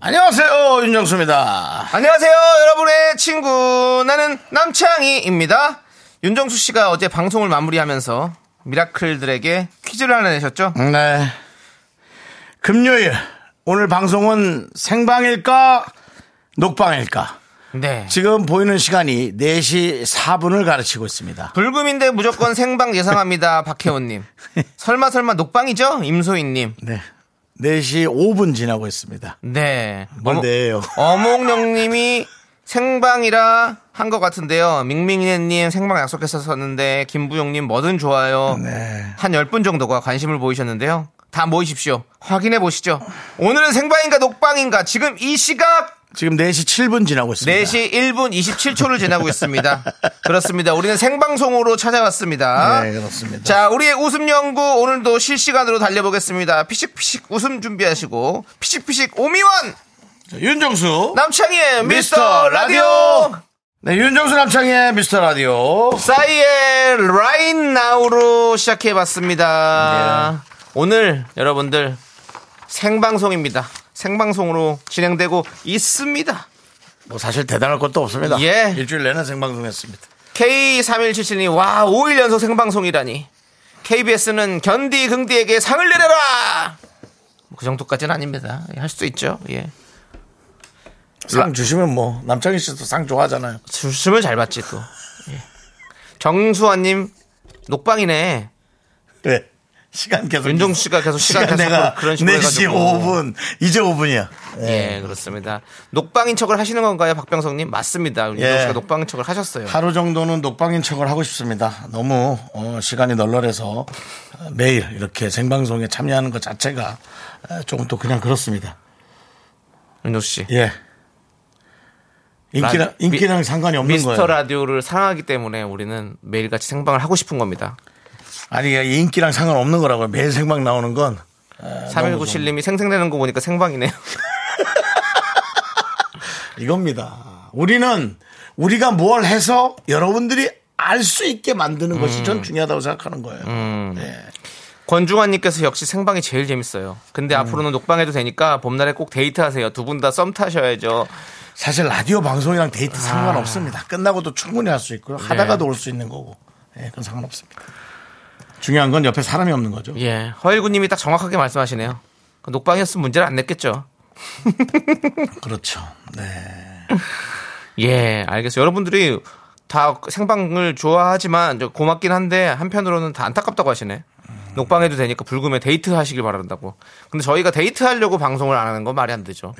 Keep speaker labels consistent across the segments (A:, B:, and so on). A: 안녕하세요 윤정수입니다.
B: 안녕하세요, 여러분의 친구. 나는 남창희입니다. 윤정수 씨가 어제 방송을 마무리하면서 미라클들에게 퀴즈를 하나 내셨죠?
A: 네. 금요일 오늘 방송은 생방일까 녹방일까?
B: 네.
A: 지금 보이는 시간이 4시 4분을 가르치고 있습니다.
B: 불금인데 무조건 생방 예상합니다, 박혜원님. 설마 설마 녹방이죠? 임소희님.
A: 네. 4시 5분 지나고 있습니다.
B: 네.
A: 뭔데요
B: 어몽룡님이 생방이라 한 것 같은데요. 밍밍이네님 생방 약속했었는데 김부용님 뭐든 좋아요.
A: 네.
B: 한 10분 정도가 관심을 보이셨는데요. 다 모이십시오. 확인해 보시죠. 오늘은 생방인가 녹방인가 지금 이 시각
A: 지금 4시 7분 지나고 있습니다.
B: 4시 1분 27초를 지나고 있습니다. 그렇습니다. 우리는 생방송으로 찾아왔습니다.
A: 네, 그렇습니다.
B: 자, 우리의 웃음 연구 오늘도 실시간으로 달려보겠습니다. 피식피식 웃음 준비하시고 피식피식 오미원
A: 자, 윤정수.
B: 남창희의 미스터 라디오
A: 네, 윤정수 남창의 미스터 라디오.
B: 싸이의 Right Now로 시작해봤습니다.
A: 네.
B: 오늘 여러분들 생방송입니다. 생방송으로 진행되고 있습니다.
A: 뭐 사실 대단할 것도 없습니다.
B: 예.
A: 일주일 내내 생방송했습니다.
B: K3177님, 와, 5일 연속 생방송이라니. KBS는 견디 긍디에게 상을 내려라! 그 정도까지는 아닙니다. 예, 할 수도 있죠. 예.
A: 상 주시면 뭐 남창희 씨도 상 좋아하잖아요.
B: 주시면 잘 받지, 또. 예. 정수환님, 녹방이네.
A: 왜? 시간 계속.
B: 윤종수 씨가 계속 시간 계속
A: 내가
B: 그런 식으로
A: 4시
B: 해가지고.
A: 5분 이제 5분이야. 네.
B: 예, 그렇습니다. 녹방인 척을 하시는 건가요, 박병성님? 맞습니다. 윤정
A: 예.
B: 씨가 녹방인 척을 하셨어요.
A: 하루 정도는 녹방인 척을 하고 싶습니다. 너무 어, 시간이 널널해서 매일 이렇게 생방송에 참여하는 것 자체가 어, 조금 또 그냥 그렇습니다.
B: 윤정 씨.
A: 예. 인기랑
B: 라- 미-
A: 인기랑 상관이 없는
B: 미스터
A: 거예요.
B: 라디오를 사랑하기 때문에 우리는 매일같이 생방을 하고 싶은 겁니다.
A: 아니 이 인기랑 상관없는 거라고요. 매일 생방 나오는 건 어,
B: 3197님이 생생되는 거 보니까 생방이네요.
A: 이겁니다. 우리는 우리가 뭘 해서 여러분들이 알 수 있게 만드는 것이
B: 음.
A: 전 중요하다고 생각하는 거예요. 예.
B: 권중환님께서 역시 생방이 제일 재밌어요. 근데
A: 음.
B: 앞으로는 녹방해도 되니까 봄날에 꼭 데이트하세요. 두 분 다 썸 타셔야죠.
A: 사실 라디오 방송이랑
B: 아.
A: 데이트 상관없습니다. 끝나고도 충분히 할 수 있고요. 하다가도 올 수 있는 거고. 예, 그건 상관없습니다. 중요한 건 옆에 사람이 없는 거죠.
B: 예. 허일구님이 딱 정확하게 말씀하시네요. 그 녹방이었으면 문제를 안 냈겠죠.
A: 그렇죠. 네.
B: 예, 알겠어요. 여러분들이 다 생방을 좋아하지만 저 고맙긴 한데 한편으로는 다 안타깝다고 하시네. 녹방해도 되니까 불금에 데이트 하시길 바란다고. 근데 저희가 데이트 하려고 방송을 안 하는 건 말이 안 되죠.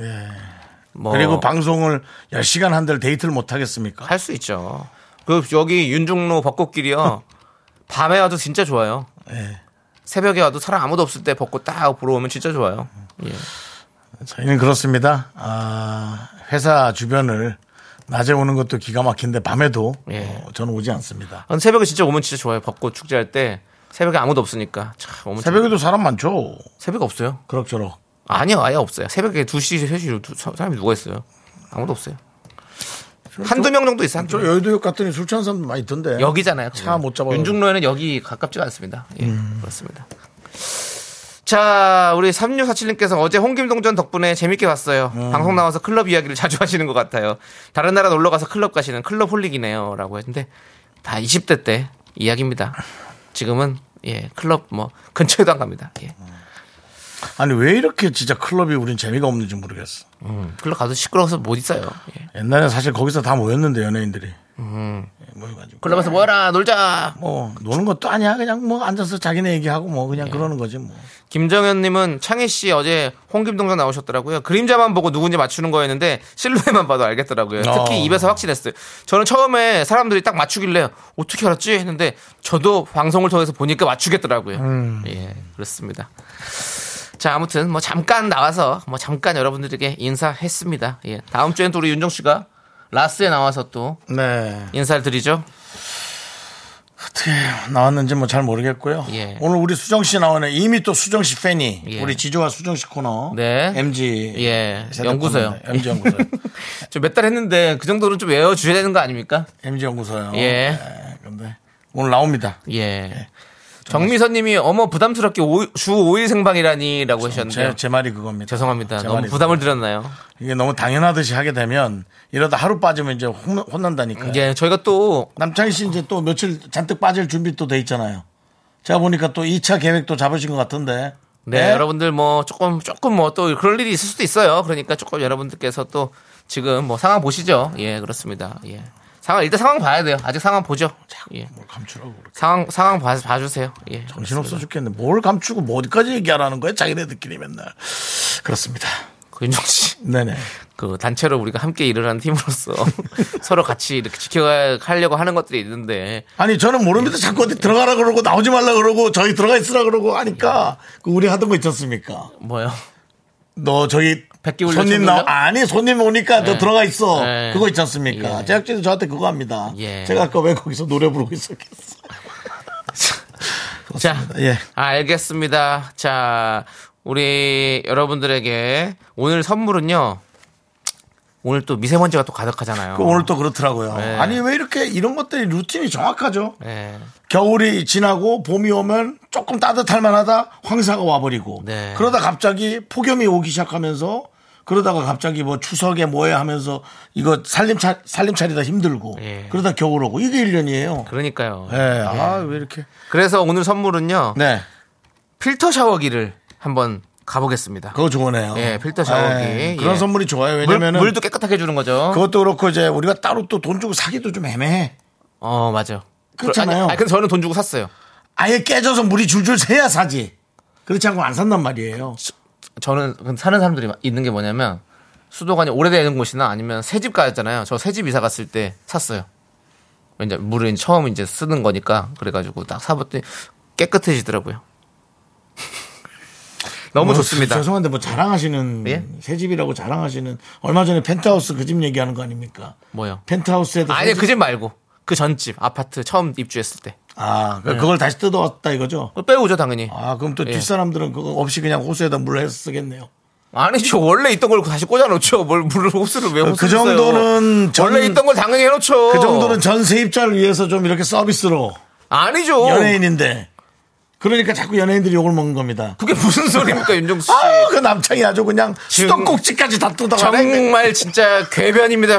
B: 뭐
A: 예. 그리고 방송을 10시간 한들 데이트를 못 하겠습니까?
B: 할 수 있죠. 그 여기 윤중로 벚꽃길이요. 밤에 와도 진짜 좋아요.
A: 예.
B: 새벽에 와도 사람 아무도 없을 때 벚꽃 딱 보러 오면 진짜 좋아요.
A: 음.
B: 예.
A: 저희는 그렇습니다. 아, 회사 주변을 낮에 오는 것도 기가 막힌데 밤에도
B: 예.
A: 어, 저는 오지 않습니다.
B: 아, 새벽에 진짜 오면 진짜 좋아요. 벚꽃 축제할 때 새벽에 아무도 없으니까. 참 오면 새벽...
A: 새벽에도 사람 많죠.
B: 새벽 없어요.
A: 그럭저럭.
B: 아니요, 아예 없어요. 새벽에 2시, 3시 두- 사람이 누가 있어요? 아무도 없어요. 한두 명 정도 있어요. 한두
A: 저
B: 명.
A: 여의도역 갔더니 술 취한 사람도 많이 있던데.
B: 여기잖아요.
A: 차 못 음. 잡아요.
B: 윤중로에는 여기 가깝지가 않습니다. 예, 그렇습니다. 자, 우리 3647님께서 어제 홍김동전 덕분에 재밌게 봤어요.
A: 음.
B: 방송 나와서 클럽 이야기를 자주 하시는 것 같아요. 다른 나라 놀러 가서 클럽 가시는 클럽 홀릭이네요. 라고 했는데 다 20대 때 이야기입니다. 지금은 예, 클럽 뭐 근처에도 안 갑니다. 예.
A: 아니 왜 이렇게 진짜 클럽이 우린 재미가 없는지 모르겠어.
B: 음, 클럽 가도 시끄러워서 못 있어요. 예.
A: 옛날에 사실 거기서 다 모였는데 연예인들이
B: 음.
A: 예, 모여가지고
B: 클럽에서 뭐하라 놀자
A: 뭐 노는 것도 아니야 그냥 뭐 앉아서 자기네 얘기하고 뭐
B: 예.
A: 그냥 그러는 거지 뭐
B: 김정현님은 창희 씨 어제 홍김동장 나오셨더라고요. 그림자만 보고 누군지 맞추는 거였는데 실루엣만 봐도 알겠더라고요. 특히
A: 어.
B: 입에서 확신했어요. 저는 처음에 사람들이 딱 맞추길래 어떻게 알았지 했는데 저도 방송을 통해서 보니까 맞추겠더라고요. 예, 그렇습니다. 자, 아무튼 뭐 잠깐 나와서 뭐 잠깐 여러분들에게 인사했습니다. 예. 다음 주엔 또 우리 윤정 씨가 라스에 나와서 또
A: 네.
B: 인사를 드리죠.
A: 어떻게 나왔는지 뭐 잘 모르겠고요.
B: 예.
A: 오늘 우리 수정 씨 나오네. 이미 또 수정 씨 팬이
B: 예.
A: 우리 지조와 수정 씨 코너.
B: 네.
A: MG
B: 예.
A: 세대
B: 연구소요.
A: 코너인데, MG 연구소.
B: 좀 몇 달 했는데 그 정도는 좀 외워 주셔야 되는 거 아닙니까?
A: MG 연구소요. 네.
B: 예.
A: 근데 오늘 나옵니다.
B: 예.
A: 네.
B: 정미선 님이 어머 부담스럽게 오, 주 5일 생방이라니라고 하셨는데
A: 제,
B: 요
A: 제 말이 그겁니다.
B: 죄송합니다.
A: 제
B: 너무
A: 말이
B: 부담을 드렸나요?
A: 이게 너무 당연하듯이 하게 되면 이러다 하루 빠지면 이제 혼, 혼난다니까요.
B: 예, 저희가 또
A: 남창희 씨 이제 또 며칠 잔뜩 빠질 준비 또 돼 있잖아요. 제가 보니까 또 2차 계획도 잡으신 것 같은데. 예?
B: 네, 여러분들 뭐 조금 조금 뭐 또 그럴 일이 있을 수도 있어요. 그러니까 조금 여러분들께서 또 지금 뭐 상황 보시죠. 예, 그렇습니다. 예. 상황 일단 상황 봐야 돼요. 아직 상황 보죠. 예.
A: 뭘 감추라고 그래.
B: 상황 상황 봐, 봐주세요. 예.
A: 정신없어 죽겠네. 뭘 감추고 뭐 어디까지 얘기하라는 거야? 자기네들끼리 맨날. 그렇습니다.
B: 그 윤정 씨.
A: 네네.
B: 그 단체로 우리가 함께 일을 하는 팀으로서 서로 같이 이렇게 지켜가려고 하는 것들이 있는데
A: 아니 저는 모릅니다.
B: 예.
A: 자꾸 어디 들어가라 그러고 나오지 말라 그러고 저희 들어가 있으라 그러고 하니까 그 우리 하던 거 있었습니까?
B: 뭐요?
A: 너 저기
B: 백기 울려
A: 손님
B: 쳤는데요?
A: 나 아니 손님 오니까 너
B: 예.
A: 들어가 있어
B: 예.
A: 그거 있지 않습니까
B: 예.
A: 제작진이 저한테 그거 합니다
B: 예.
A: 제가 아까 왜 거기서 노래 부르고 있었겠어
B: 자,
A: 예.
B: 아, 알겠습니다. 자, 우리 여러분들에게 오늘 선물은요. 오늘 또 미세먼지가 또 가득하잖아요.
A: 그 오늘 또 그렇더라고요
B: 예.
A: 아니 왜 이렇게 이런 것들이 루틴이 정확하죠
B: 네.
A: 겨울이 지나고 봄이 오면 조금 따뜻할 만하다 황사가 와버리고
B: 네.
A: 그러다 갑자기 폭염이 오기 시작하면서 그러다가 갑자기 뭐 추석에 뭐야 하면서 이거 살림차, 살림차리다 힘들고
B: 예. 그렇죠.
A: 그러다 겨울 오고 이게 1년이에요.
B: 그러니까요. 네.
A: 예, 아, 왜 이렇게.
B: 그래서 오늘 선물은요.
A: 네,
B: 필터 샤워기를 한번 가보겠습니다.
A: 그거 좋으네요.
B: 예, 필터 샤워기.
A: 예, 그런
B: 예.
A: 선물이 좋아요.
B: 물,
A: 왜냐면은
B: 물도 깨끗하게 해주는 거죠.
A: 그것도 그렇고 이제 우리가 따로 또 돈 주고 사기도 좀 애매해.
B: 어, 맞아.
A: 그렇잖아요.
B: 아니, 아니, 근데 저는 돈 주고 샀어요.
A: 아예 깨져서 물이 줄줄 새야 사지. 그렇지 않고 안 산단 말이에요.
B: 저는 근데 사는 사람들이 있는 게 뭐냐면 수도관이 오래되는 곳이나 아니면 새집 가잖아요. 저 새집 이사 갔을 때 샀어요. 왜냐 물은 처음 이제 쓰는 거니까 그래가지고 딱 사봤더니 깨끗해지더라고요. 너무
A: 뭐,
B: 좋습니다.
A: 죄송한데 뭐 자랑하시는
B: 예?
A: 새 집이라고 자랑하시는 얼마 전에 펜트하우스 그 집 얘기하는 거 아닙니까?
B: 뭐요?
A: 펜트하우스에도
B: 아니
A: 새
B: 그 집 말고 그 전집 아파트 처음 입주했을 때
A: 아, 그- 그걸 다시 뜯어왔다 이거죠?
B: 그거 빼오죠 당연히.
A: 아, 그럼 또
B: 예.
A: 뒷사람들은 그거 없이 그냥 호수에다 물을 해서 쓰겠네요.
B: 아니죠 원래 있던 걸 다시 꽂아놓죠. 뭘 물을 호스를 왜 호스?
A: 그 정도는 전-
B: 원래 있던 걸 당연히 해놓죠.
A: 그 정도는 전 세입자를 위해서 좀 이렇게 서비스로
B: 아니죠.
A: 연예인인데 그러니까 자꾸 연예인들이 욕을 먹는 겁니다.
B: 그게 무슨 소리입니까 윤정수 씨?
A: 아그 남창이 아주 그냥
B: 지금
A: 수도꼭지까지 다 뜯어가네.
B: 정말 진짜 괴변입니다.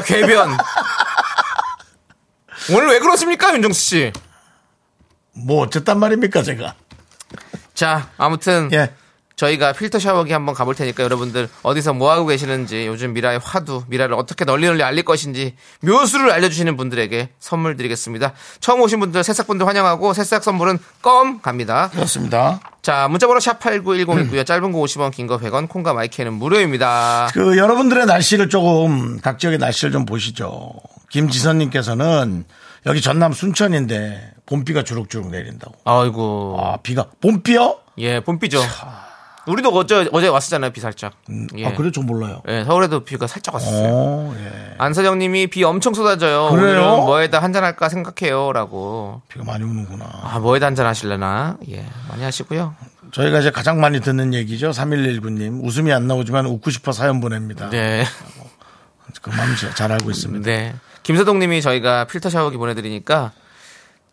B: 괴변. 오늘 왜 그렇습니까, 윤정수 씨?
A: 뭐 어쨌단 말입니까 제가.
B: 자, 아무튼
A: 예.
B: 저희가 필터 샤워기 한번 가볼 테니까 여러분들 어디서 뭐 하고 계시는지 요즘 미라의 화두, 미라를 어떻게 널리 널리 알릴 것인지 묘수를 알려주시는 분들에게 선물 드리겠습니다. 처음 오신 분들, 새싹분들 환영하고 새싹 선물은 껌 갑니다.
A: 그렇습니다.
B: 자, 문자번호 샵8910 있고요. 짧은 거 50원, 긴 거 100원, 콩과 마이크는 무료입니다.
A: 그 여러분들의 날씨를 조금 각 지역의 날씨를 좀 보시죠. 김지선님께서는 여기 전남 순천인데 봄비가 주룩주룩 내린다고.
B: 아이고.
A: 아 비가 봄비요?
B: 예, 봄비죠. 우리도 어제, 어제 왔었잖아요, 비 살짝. 예.
A: 아 그래 좀 몰라요.
B: 예, 서울에도 비가 살짝 왔었어요.
A: 어, 예.
B: 안서정 님이 비 엄청 쏟아져요.
A: 그래요?
B: 오늘은 뭐에다 한잔할까 생각해요. 라고.
A: 비가 많이 오는구나.
B: 아, 뭐에다 한잔 하실래나? 예, 많이 하시고요.
A: 저희가 이제 가장 많이 듣는 얘기죠. 3119님 웃음이 안 나오지만 웃고 싶어 사연 보냅니다.
B: 네.
A: 그 마음 잘 알고 있습니다.
B: 네. 김서동 님이 저희가 필터 샤워기 보내드리니까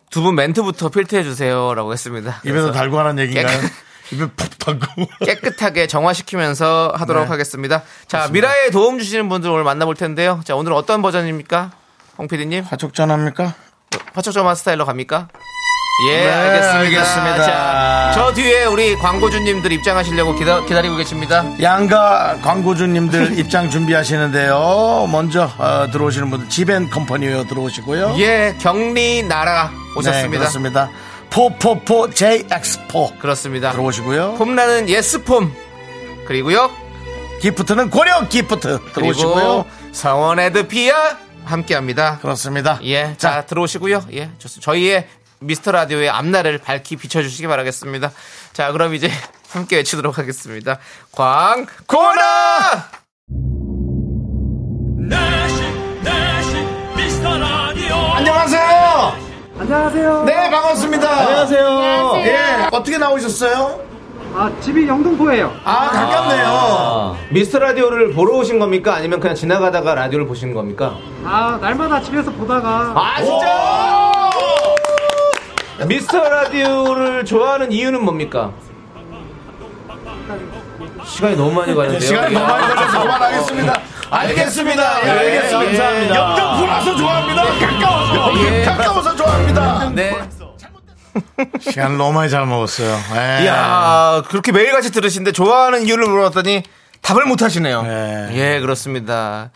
B: 두 분 멘트부터 필터해주세요. 라고 했습니다.
A: 입에서 달고 하는 얘기인가요?
B: 깨끗-
A: 입에 푹 달고.
B: 깨끗하게 정화시키면서 하도록 하겠습니다. 자, 미라에 도움 주시는 분들 오늘 만나볼 텐데요. 자, 오늘은 어떤 버전입니까? 홍 PD님?
A: 화촉전 합니까?
B: 화초점화 스타일로 갑니까? 예,
A: 네,
B: 알겠습니다.
A: 알겠습니다.
B: 자, 저 뒤에 우리 광고주님들 입장하시려고 기다, 기다리고 계십니다.
A: 양가 광고주님들 입장 준비하시는데요. 먼저 어, 들어오시는 분들 지벤 컴퍼니웨어 들어오시고요.
B: 예, 격리 나라
A: 네,
B: 오셨습니다.
A: 그렇습니다. 포포포 JX4
B: 그렇습니다.
A: 들어오시고요.
B: 폼나는 예스폼. 그리고요.
A: 기프트는 고려 기프트 들어오시고요.
B: 그리고 성원 에드피아 함께 합니다.
A: 그렇습니다.
B: 예, 자,
A: 자,
B: 들어오시고요. 예, 좋습니다. 저희의 미스터 라디오의 앞날을 밝히 비춰주시기 바라겠습니다. 자, 그럼 이제 함께 외치도록 하겠습니다. 광고라!
C: 내시 내시 미스터 라디오
A: 안녕하세요.
D: 안녕하세요.
A: 네, 반갑습니다.
D: 안녕하세요.
A: 예, 어떻게 나오셨어요?
D: 아, 집이 영등포예요.
A: 아, 가깝네요.
B: 어. 미스터 라디오를 보러 오신 겁니까? 아니면 그냥 지나가다가 라디오를 보신 겁니까?
D: 아, 날마다 집에서 보다가
B: 아, 진짜! 미스터 라디오를 좋아하는 이유는 뭡니까? 시간이 너무 많이 가는데요.
A: 시간이 너무 많이 걸려서 그만하겠습니다. 알겠습니다. 예, 알겠습니다.
B: 감사합니다.
A: 영등포라서 좋아합니다. 가까워서.
B: 예.
A: 가까워서 좋아합니다.
B: 네.
A: 시간 너무 많이 잘 먹었어요. 예.
B: 이야, 그렇게 매일같이 들으시는데 좋아하는 이유를 물어봤더니 답을 못 하시네요.
A: 네.
B: 예, 그렇습니다.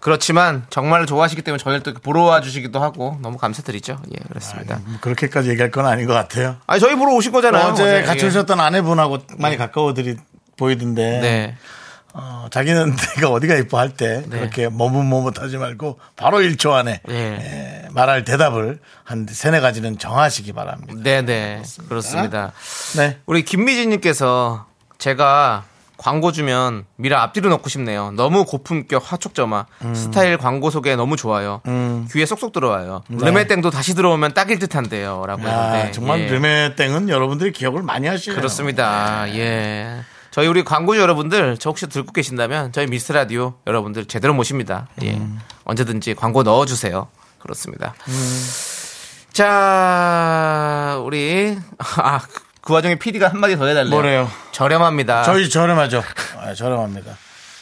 B: 그렇지만 정말 좋아하시기 때문에 저희를 또 보러 와 주시기도 하고 너무 감사드리죠. 예, 그렇습니다.
A: 뭐 그렇게까지 얘기할 건 아닌 것 같아요.
B: 아니, 저희 보러 오신 거잖아요.
A: 어제 네, 같이
B: 예.
A: 오셨던 아내분하고 많이 가까워들이 보이던데
B: 네.
A: 어, 자기는 내가 어디가 이뻐할 때
B: 네.
A: 그렇게 머뭇머뭇하지 말고 바로 1초 안에
B: 네.
A: 예, 말할 대답을 한 세네 가지는 정하시기 바랍니다.
B: 네, 네. 그렇습니다.
A: 네.
B: 우리 김미진님께서 제가 광고 주면 미라 앞뒤로 넣고 싶네요. 너무 고품격 화촉점화
A: 음.
B: 스타일 광고 소개 너무 좋아요. 귀에 쏙쏙 들어와요. 르메땡도 다시 들어오면 딱일 듯한데요라고.
A: 아,
B: 했는데,
A: 네. 정말
B: 예.
A: 르메땡은 여러분들이 기억을 많이 하시네요.
B: 그렇습니다. 예. 저희 우리 광고주 여러분들 저 혹시 듣고 계신다면 저희 미스 라디오 여러분들 제대로 모십니다. 예.
A: 음.
B: 언제든지 광고 넣어 주세요. 그렇습니다.
A: 음.
B: 자, 우리 아, 그- 그 와중에 PD가 한마디 더 해달래요.
A: 뭐래요?
B: 저렴합니다.
A: 저희 저렴하죠. 아, 저렴합니다.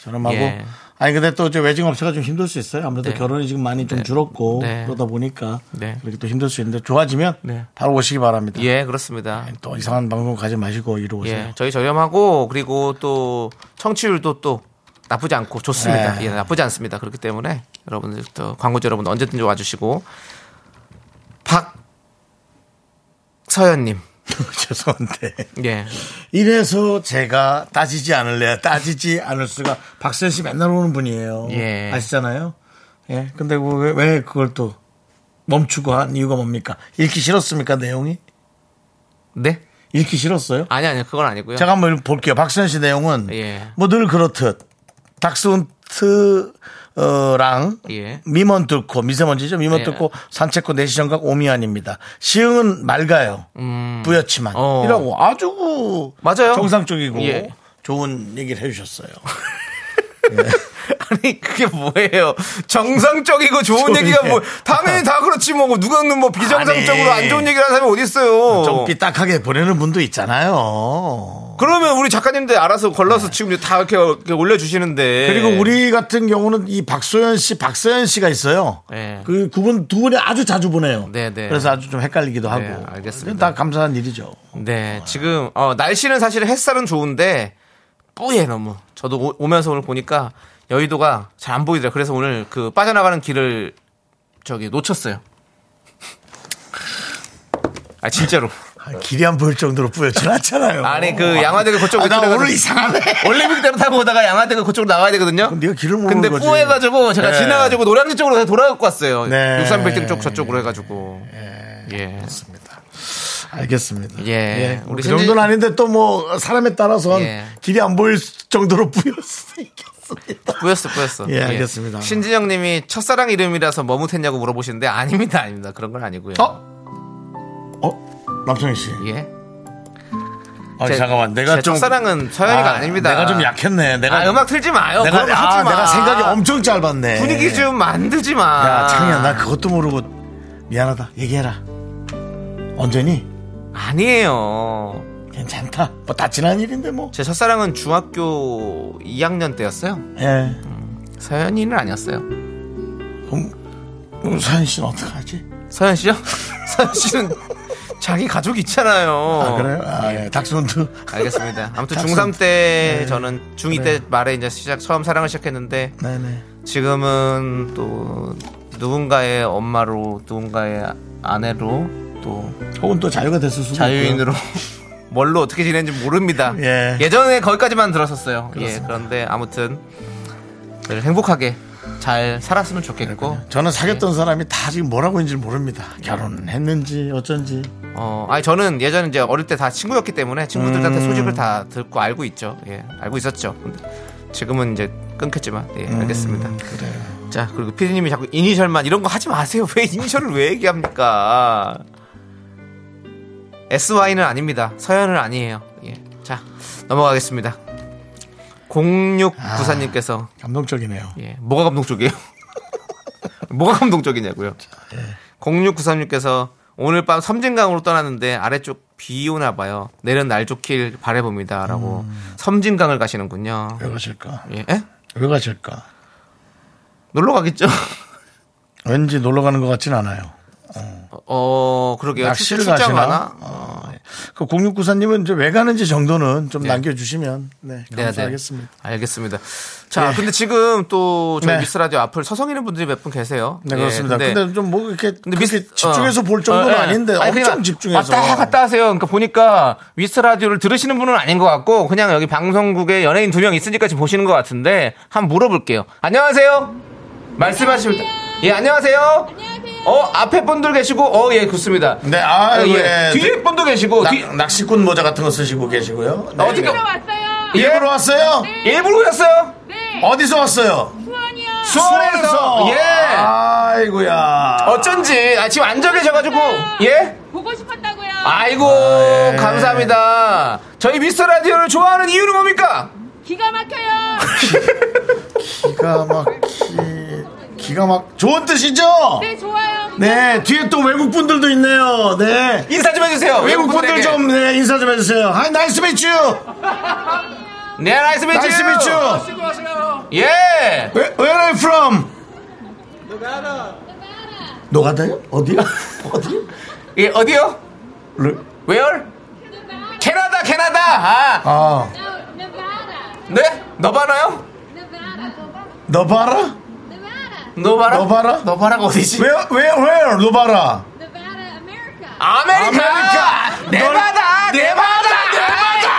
A: 저렴하고.
B: 예.
A: 아니 근데 또저 외증 업체가 좀 힘들 수 있어요. 아무래도
B: 네.
A: 결혼이 지금 많이 좀
B: 네.
A: 줄었고
B: 네.
A: 그러다 보니까
B: 네.
A: 그렇게 또 힘들 수 있는데 좋아지면
B: 네.
A: 바로 오시기 바랍니다.
B: 예, 그렇습니다.
A: 또 이상한 방송 가지 마시고 이로 오세요.
B: 예, 저희 저렴하고 그리고 또 청취율도 또 나쁘지 않고 좋습니다.
A: 네.
B: 예, 나쁘지 않습니다. 그렇기 때문에 여러분들 또 광고주 여러분 언제든지 와주시고 박 서현님,
A: 죄송한데
B: 예,
A: 이래서 제가 따지지 않을래야 따지지 않을 수가 박세현 씨 맨날 오는 분이에요.
B: 예.
A: 아시잖아요. 예. 근데 왜, 왜 그걸 또 멈추고 한 이유가 뭡니까? 읽기 싫었습니까 내용이?
B: 네,
A: 읽기 싫었어요?
B: 아니 아니 그건 아니고요.
A: 그러니까. 제가 한번 볼게요. 박세현 씨 내용은
B: 예.
A: 뭐 늘 그렇듯 닥스훈트랑
B: 예.
A: 미먼 뚫고 미세먼지죠. 미먼
B: 예.
A: 뚫고 산책고 내시정각 오미안입니다. 시흥은 맑아요. 뿌옇지만
B: 어.
A: 이라고 아주 그
B: 맞아요.
A: 정상적이고
B: 예.
A: 좋은 얘기를 해주셨어요.
B: 아니 그게 뭐예요? 정상적이고 좋은 얘기가 뭐 당연히 다 그렇지 뭐 누가는 뭐 비정상적으로
A: 아니. 아,
B: 안 좋은 얘기를 하는 사람이 어디 있어요?
A: 좀 삐딱하게 보내는 분도 있잖아요.
B: 그러면 우리 작가님들 알아서 걸러서 지금 다 이렇게- 이렇게 올려주시는데
A: 네. 그리고 우리 같은 경우는 이 박소연 씨, 박서연 씨가 있어요.
B: 네.
A: 그 그분 두 분이 아주 자주 보내요.
B: 네, 네.
A: 그래서 아주 좀 헷갈리기도 하고.
B: 알겠습니다.
A: 다 감사한 일이죠.
B: 네, 지금 어, 날씨는 사실 햇살은 좋은데 뿌예 너무. 저도 오, 면서 오늘 보니까 여의도가 잘 안 보이더라. 그래서 오늘 그 빠져나가는 길을 저기 놓쳤어요. 아 진짜로.
A: 아, 길이 안 보일 정도로 뿌옇진 않잖아요.
B: 아니 그 양화대교 그쪽
A: 어. 아, 나
B: 들어가서-
A: 오늘 이상하네.
B: 올림픽 대로 타고 오다가 양화대교 그쪽으로 나가야 되거든요.
A: 그럼 네가 길을 모르는
B: 근데
A: 거지.
B: 뿌해가지고 제가
A: 네.
B: 지나가지고 노량진 쪽으로 다시 돌아갖고 왔어요.
A: 네.
B: 63빌딩 쪽 저쪽으로 해가지고. 예.
A: 알겠습니다.
B: 예.
A: 우리
B: 우리
A: 그
B: 신지-
A: 정도는 아닌데 또 뭐 사람에 따라서
B: 예.
A: 길이 안 보일 정도로 뿌옇습니다.
B: 뿌였어, 뿌였어.
A: 예, 알겠습니다.
B: 신진영 님이 첫사랑 이름이라서 머뭇했냐고 물어보시는데 아닙니다, 아닙니다. 그런 건 아니고요.
A: 어? 어? 남성희 씨.
B: 예.
A: 아,
B: 제-
A: 잠깐만. 내가
B: 제
A: 좀
B: 첫사랑은 서현이가 아, 닙니다
A: 내가 좀 약했네. 내가
B: 아, 음악 틀지 마요.
A: 내가
B: 그런 거
A: 아,
B: 하지 마.
A: 내가 생각이 엄청 짧았네.
B: 분위기 좀 아. 만들지 마.
A: 야, 창이야. 나 그것도 모르고 미안하다. 얘기해라. 언제니?
B: 아니에요.
A: 괜찮다. 뭐 다 지난 일인데 뭐.
B: 제 첫사랑은 중학교 2학년 때였어요.
A: 예.
B: 서현이는 아니었어요.
A: 그럼, 그럼 서현 씨는 어떡하지?
B: 서현 씨요? 서현 씨는 자기 가족이 있잖아요.
A: 아, 그래요? 아, 예. 닥스훈트.
B: 알겠습니다. 아무튼
A: 참
B: 중3 때
A: 네.
B: 저는 중2 때 말에 이제 시작 처음 사랑을 시작했는데
A: 네네.
B: 지금은 또 누군가의 엄마로 누군가의 아내로 또
A: 혹은 또 자유가 됐을 수도
B: 자유인으로 뭘로 어떻게 지내는지 모릅니다.
A: 예.
B: 전에 거기까지만 들었었어요. 예, 그런데 아무튼 늘 행복하게 잘 살았으면 좋겠고
A: 저는 사귀었던 사람이 다 지금 뭐라고 있는지 모릅니다. 결혼했는지 어쩐지.
B: 어, 아니 저는 예전에 이제 어릴 때 다 친구였기 때문에 친구들한테 소식을 다 듣고 알고 있죠. 예, 알고 있었죠. 근데 지금은 이제 끊겼지만 예, 알겠습니다. 그래요. 자, 그리고 피디님이 자꾸 이니셜만 이런 거 하지 마세요. 왜 이니셜을 왜 얘기합니까? SY는 아닙니다. 서현은 아니에요. 예. 자, 넘어가겠습니다. 0694님께서
A: 아. 감동적이네요.
B: 예, 뭐가 감동적이에요? 뭐가 감동적이냐고요? 0693님께서 오늘 밤 섬진강으로 떠나는데 아래쪽 비 오나 봐요. 내일은 날 좋길 바래봅니다. 라고 섬진강을 가시는군요.
A: 왜 가실까?
B: 예? 에?
A: 왜 가실까?
B: 놀러 가겠죠?
A: 왠지 놀러 가는 것 같진 않아요.
B: 어, 그러게요.
A: 낚시를
B: 출장
A: 가시나?
B: 가나?
A: 어. 그 0694님은 이제 왜 가는지 정도는 좀 남겨주시면 네,
B: 네, 네.
A: 감사하겠습니다.
B: 알겠습니다. 자, 근데 지금 또 저희
A: 네.
B: 미스 라디오 앞을 서성이는 분들이 몇 분 계세요.
A: 네,
B: 예,
A: 그렇습니다. 근데 좀 뭐 이렇게
B: 근데
A: 그렇게
B: 미스-
A: 집중해서
B: 어.
A: 볼 정도는
B: 어, 예.
A: 아닌데
B: 아니,
A: 엄청
B: 그냥
A: 집중해서
B: 왔다 갔다 하세요. 그러니까 보니까 미스 라디오를 들으시는 분은 아닌 것 같고 그냥 여기 방송국에 연예인 두 명 있으니까 지금 보시는 것 같은데 한번 물어볼게요. 안녕하세요. 말씀하십니다. 예, 안녕하세요. 어, 앞에 분들 계시고 어, 예, 좋습니다.
A: 네, 아,
B: 어,
A: 예.
B: 예. 뒤에 분도 계시고 뒤 어,
A: 낙, 낚시꾼 모자 같은 거 쓰시고 계시고요. 네.
B: 어떻게
E: 왔어요.
B: 예,
A: 일부러 왔어요?
B: 일부러 오셨어요?
E: 네,
A: 어디서 왔어요?
E: 수원이요.
B: 수원에서 예.
A: 아이고야.
B: 어쩐지 아, 지금 앉아 계셔가지고 예.
E: 보고 싶었다고요.
B: 아이고
A: 예.
B: 감사합니다. 저희 미스터 라디오를 좋아하는 이유는 뭡니까?
A: 예.
E: 기가 막혀요.
A: 기가 막히. 기가 막. 좋은 뜻이죠?
E: 네, 좋아요.
A: 네, 뒤에 또 외국 분들도 있네요. 네.
B: 인사 좀 해주세요.
A: 외국 분들
B: 외국분들에게.
A: 좀 네, 인사 좀 해주세요. 하이 나이스 미츠
B: 네, 나이스 미츠.
A: 나이스 미츠
B: 예.
A: Where are you from? 노가다요? 어디요? 어디?
B: 예, 어디요?
A: 르-
B: Where? 캐나다, 캐나다. 아,
A: 아,
B: 네? 너 봐나요?
A: 너 봐라?
B: 너 봐라?
A: 너 봐라?
B: 너 봐라가 어디지?
A: Where, where, where? 너 봐라?
B: 아메리카.
A: 아메리카.
B: 내
A: 널-
B: 바다, 내 바다, 내 바다.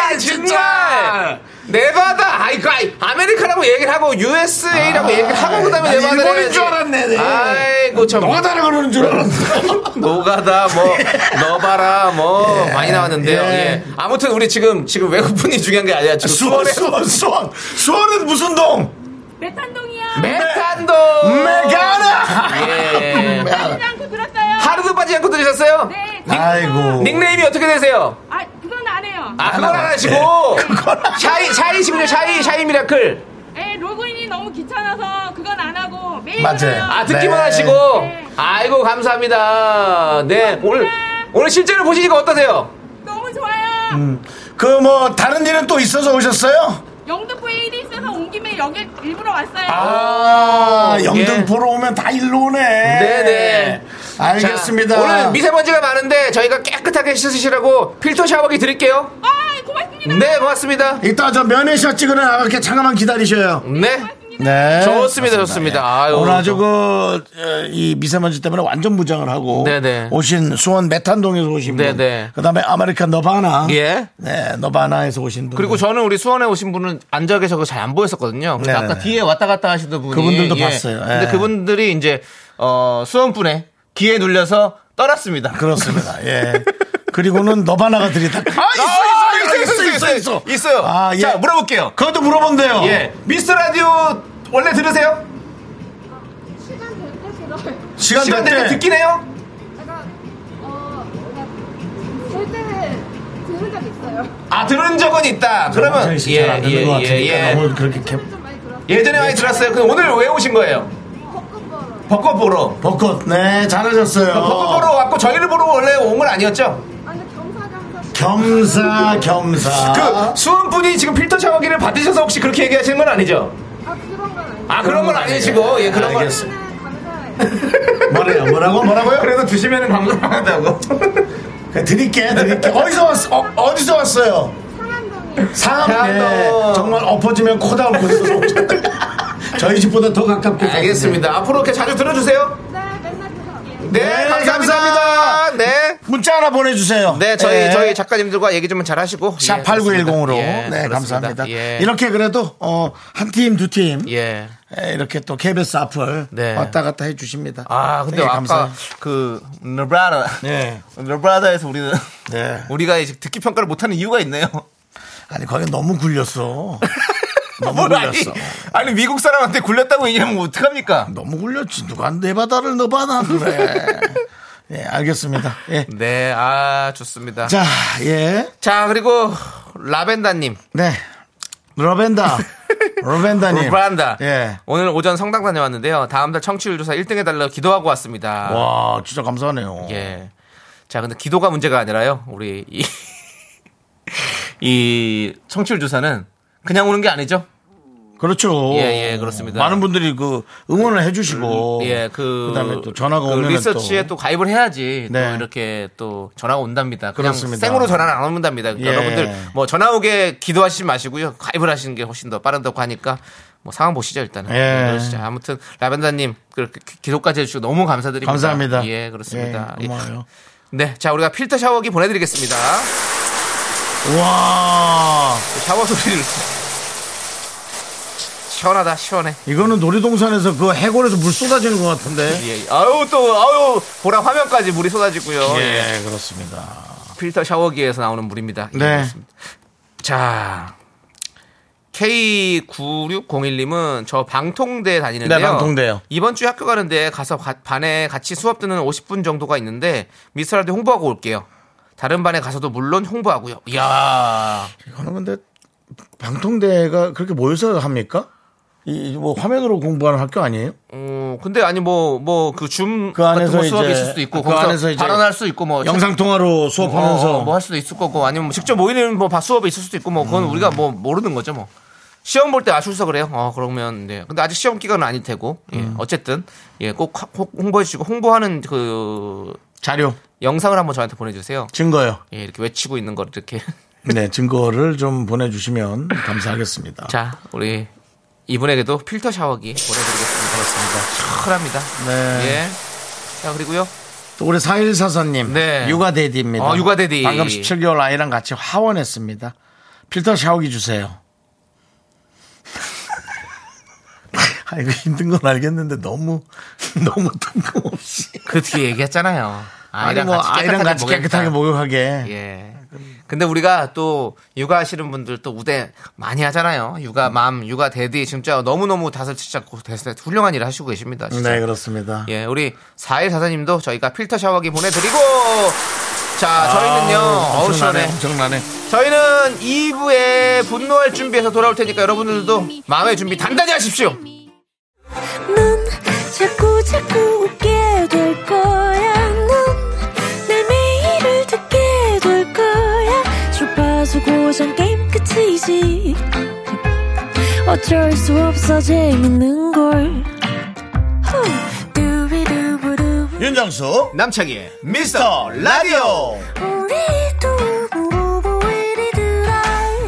B: 아, 진짜. 내 바다. 아이, 그, 아이, 아메리카라고 얘기를 하고 USA라고 얘기를 하고 그다음에 내
A: 난
B: 바다.
A: 일본인 줄 알았네, 네.
B: 아이고 참. 뭐,
A: 노가다라 그러는 줄 알았어.
B: 노가다 뭐 너바라 뭐 많이 나왔는데요.
A: 예.
B: 예. 아무튼 우리 지금 지금 외국분이 중요한 게 아니라 지금
A: 수원, 수원,
B: 수원에
A: 수원. 수원은 무슨 동?
E: 메탄동이요.
A: 아,
B: 메탄도
A: 메가나!
B: 예.
E: 빠지지 않고 들었어요.
B: 하루도 빠지지 않고 들으셨어요?
E: 네, 저-
A: 아이고.
B: 닉네임이 어떻게 되세요?
E: 아, 그건 안 해요.
B: 아 그걸 안 하시고 샤이 샤이시군요 샤이 샤이 미라클
E: 에, 예, 로그인이 너무 귀찮아서 그건 안 하고 매일
A: 맞아요.
E: 들어요.
B: 아 듣기만
A: 네.
B: 하시고
E: 네.
B: 아이고 감사합니다 네 오늘 오늘 실제로 보시니까 어떠세요?
E: 너무 좋아요.
A: 그 뭐 다른 일은 또 있어서 오셨어요?
E: 영등포에 일이 있어서 온 김에 여기 일부러 왔어요.
A: 아,
B: 예.
A: 영등포로 오면 다 일로 오네.
B: 네네.
A: 알겠습니다.
B: 자, 오늘 미세먼지가 많은데 저희가 깨끗하게 씻으시라고 필터 샤워기 드릴게요.
E: 아, 고맙습니다.
B: 네, 고맙습니다.
A: 이따 저 면회샷 찍으러 나갈게 잠깐만 기다리셔요.
B: 네.
A: 네.
B: 좋습니다, 좋습니다. 아유,
A: 오늘 아주 그, 어, 이 미세먼지 때문에 완전 무장을 하고
B: 네네.
A: 오신 수원 메탄동에서 오신 분.
B: 네네.
A: 그 다음에 아메리칸 너바나.
B: 예.
A: 네, 너바나에서 오신 분.
B: 그리고 저는 우리 수원에 오신 분은 앉아 계셔서 잘 안 보였었거든요. 근데
A: 네네네.
B: 아까 뒤에 왔다 갔다 하시던 분이
A: 그분들도 봤어요. 예.
B: 근데 그분들이 이제 어, 수원 분의 기에 눌려서 떠났습니다.
A: 그렇습니다. 예. 그리고는 너바나가 들이다. 아,
B: 있어요.
A: 아, 예.
B: 자, 물어볼게요.
A: 그것도 물어본대요.
B: 예. 미스 라디오 원래 들으세요?
A: 음. 시간, 네. 될
B: 시간 될때
A: 때.
B: 듣긴 해요? 그러니까, 어, 아 들은 적은 있다. 그러면
A: 방송이 아,
B: 예,
A: 잘안 듣는 것 같으니까 너무 그렇게 캡-
B: 예전에 많이 들었어요. 근데 오늘 왜 오신 거예요? 벚꽃 보러.
A: 벚꽃 네 잘하셨어요
B: 벚꽃 보러 왔고 저희를 보러 원래 온 건 아니었죠?
A: 겸사 겸사
B: 그 수은 분이 지금 필터 샤워기를 받으셔서 혹시 그렇게 얘기하시는 건 아니죠? 아 그런 건 아니시고 예 그런 건
A: 알겠어요. 뭐래요 뭐라고 뭐라고요
B: 그래도 주시면은 감사하다고.
A: 그래, 드릴게 드릴게 어디서 왔어 어, 어디서 왔어요 상암 네
B: 상암동.
A: 정말 엎어지면 코다 엎고 있어서 오셨다. 저희 집보다 더 가깝게
B: 알겠습니다. 앞으로 이렇게 자주 들어주세요. 네, 감사합니다. 네.
A: 문자 하나 보내주세요.
B: 네, 저희,
A: 예.
B: 저희 작가님들과 얘기 좀 잘 하시고.
A: 샵
B: 예,
A: 8910으로.
B: 그렇습니다. 예,
A: 네,
B: 그렇습니다.
A: 감사합니다.
B: 예.
A: 이렇게 그래도, 어, 한 팀, 두 팀.
B: 예.
A: 예, 이렇게 또 KBS 앞을
B: 네.
A: 왔다 갔다 해주십니다.
B: 아, 근데
A: 되게
B: 아까
A: 네, 감사해요.
B: 그, 르브라다.
A: 예.
B: 르브라다에서 우리는.
A: 네.
B: 우리가 이제 듣기 평가를 못하는 이유가 있네요.
A: 아니, 거기 너무 굴렸어. 너무
B: 뭘 아니,
A: 굴렸어.
B: 아니, 미국 사람한테 굴렸다고 얘기하면 어떡합니까?
A: 너무 굴렸지. 누가 내 바다를 넣어봐나, 그래. 예, 알겠습니다. 예.
B: 네, 아, 좋습니다. 자,
A: 자, 예.
B: 그리고 라벤다님.
A: 네. 러벤다. 러벤다님.
B: 브란다.
A: 예.
B: 오늘 오전 성당 다녀왔는데요. 다음 달 청취율 조사 1등 해달라고 기도하고 왔습니다.
A: 와, 진짜 감사하네요.
B: 아. 예. 자, 근데 기도가 문제가 아니라요. 우리 이, 이 청취율 조사는 그냥 오는 게 아니죠.
A: 그렇죠.
B: 예, 예, 그렇습니다.
A: 많은 분들이 그 응원을 해주시고.
B: 예, 그
A: 어, 그다음에 또 전화가
B: 그
A: 오면
B: 리서치에 또, 가입을 해야지
A: 네.
B: 또 이렇게 또 전화가 온답니다. 그냥
A: 그렇습니다.
B: 생으로 전화는 안 온답니다. 그러니까
A: 예.
B: 여러분들 뭐 전화 오게 기도하시지 마시고요. 가입을 하시는 게 훨씬 더 빠른다고 하니까 뭐 상황 보시죠 일단은.
A: 예.
B: 네, 그러시죠. 아무튼 라벤다님 그렇게 기- 기도까지 해주시고 너무 감사드립니다.
A: 감사합니다.
B: 예, 그렇습니다.
A: 예, 고마워요.
B: 네, 자 우리가 필터 샤워기 보내드리겠습니다.
A: 와,
B: 샤워 소리를 시원하다 시원해.
A: 이거는 놀이동산에서 그 해골에서 물 쏟아지는 것 같은데.
B: 예. 아유 또 아유 보라 화면까지 물이 쏟아지고요. 예.
A: 예, 그렇습니다.
B: 필터 샤워기에서 나오는 물입니다. 예,
A: 네.
B: 그렇습니다. 자. K9601님은 저 방통대 다니는데요.
A: 네, 방통대요.
B: 이번 주에 학교 가는데 가서 가- 반에 같이 수업 듣는 50분 정도가 있는데 미스터라디 홍보하고 올게요. 다른 반에 가서도 물론 홍보하고요. 이야.
A: 이거는 근데 방통대가 그렇게 모여서 합니까? 이 뭐 화면으로 공부하는 학교 아니에요?
B: 어, 근데 아니 뭐 뭐 그 줌
A: 그
B: 같은
A: 안에서
B: 거 수업이
A: 이제-
B: 있을 수도 있고
A: 그
B: 거기서
A: 안에서 이제
B: 발언할 수 있고 뭐
A: 영상 통화로 수업하면서
B: 뭐 할 수도 있을 거고 아니면 뭐 직접 모이는 뭐 바- 수업이 있을 수도 있고 뭐
A: 음.
B: 그건 우리가 뭐 모르는 거죠 뭐 시험 볼 때 아 출석을 해요 어 그러면 네 근데 아직 시험 기간은 아닐 테고 예
A: 음.
B: 어쨌든 예꼭 홍보해 주시고 홍보하는 그
A: 자료
B: 영상을 한번 저한테 보내주세요
A: 증거요.
B: 예 이렇게 외치고 있는 걸 이렇게
A: 네, 증거를 좀 보내주시면 감사하겠습니다.
B: 자 우리 이분에게도 필터 샤워기 보내드리겠습니다 그렇습니다 시원합니다
A: 네.
B: 예자 그리고요
A: 또 우리 4144님.
B: 네.
A: 육아 데디입니다.
B: 어, 육아 데디.
A: 방금 17개월 아이랑 같이 하원했습니다. 필터 샤워기 주세요. 아, 이거 힘든 건 알겠는데 너무, 너무 뜬금없이.
B: 그 뒤에 얘기했잖아요
A: 아니,
B: 아이랑
A: 뭐,
B: 같이
A: 아이랑 같이 깨끗하게
B: 목욕했다.
A: 목욕하게.
B: 예. 근데 우리가 또 육아하시는 분들 또 우대 많이 하잖아요. 육아 맘, 육아 대디 진짜 너무너무 다들 진짜 고- 대세- 훌륭한 일을 하시고 계십니다. 진짜.
A: 네, 그렇습니다.
B: 예, 우리 4144님도 저희가 필터 샤워기 보내드리고 자, 저희는요.
A: 아우,
B: 어우,
A: 아, 엄청나네,
B: 시원해.
A: 엄청나네.
B: 저희는 2부에 분노할 준비해서 돌아올 테니까 여러분들도 마음의 준비 단단히 하십시오.
F: 넌 자꾸 자꾸 웃게 될 거야. 넌내 매일을 듣게 될 거야. 주파수 고정 게임 끝이지. 어쩔 수 없어 재밌는 걸. 후. 두비두부두.
A: 윤정수,
B: 남창희의
A: 미스터 라디오.
F: 우리 두부부부 우리 두라.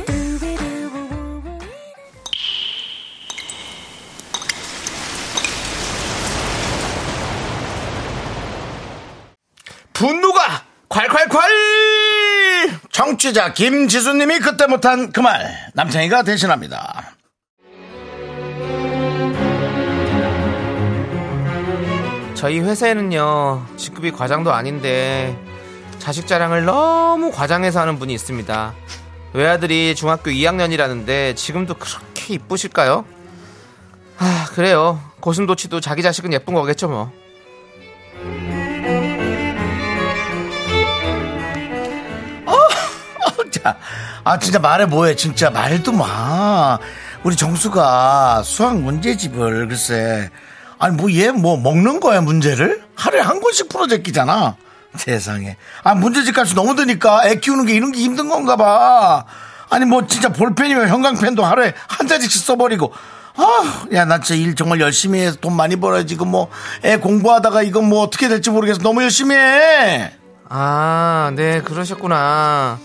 F: 두비두부부부 우리
B: 분노가 콸콸콸!
A: 청취자 김지수님이 그때 못한 그 말, 남창희가 대신합니다.
B: 저희 회사에는요 직급이 과장도 아닌데 자식 자랑을 너무 과장해서 하는 분이 있습니다 외아들이 중학교 2학년이라는데 지금도 그렇게 이쁘실까요? 아 그래요 고슴도치도 자기 자식은 예쁜 거겠죠 뭐
A: 자, 아 진짜 말해 뭐해 진짜 말도 마. 우리 정수가 수학 문제집을 글쎄 아니 뭐 얘 뭐 먹는 거야 문제를 하루에 한 권씩 풀어제끼잖아. 세상에. 아 문제집 값이 너무 드니까 애 키우는 게 이런 게 힘든 건가 봐. 아니 뭐 진짜 볼펜이면 형광펜도 하루에 한 자리씩 써버리고. 아, 야, 나 진짜 일 정말 열심히 해서 돈 많이 벌어야지. 이거 뭐, 애 공부하다가 이거 뭐 어떻게 될지 모르겠어. 너무 열심히 해!
B: 아, 네, 그러셨구나.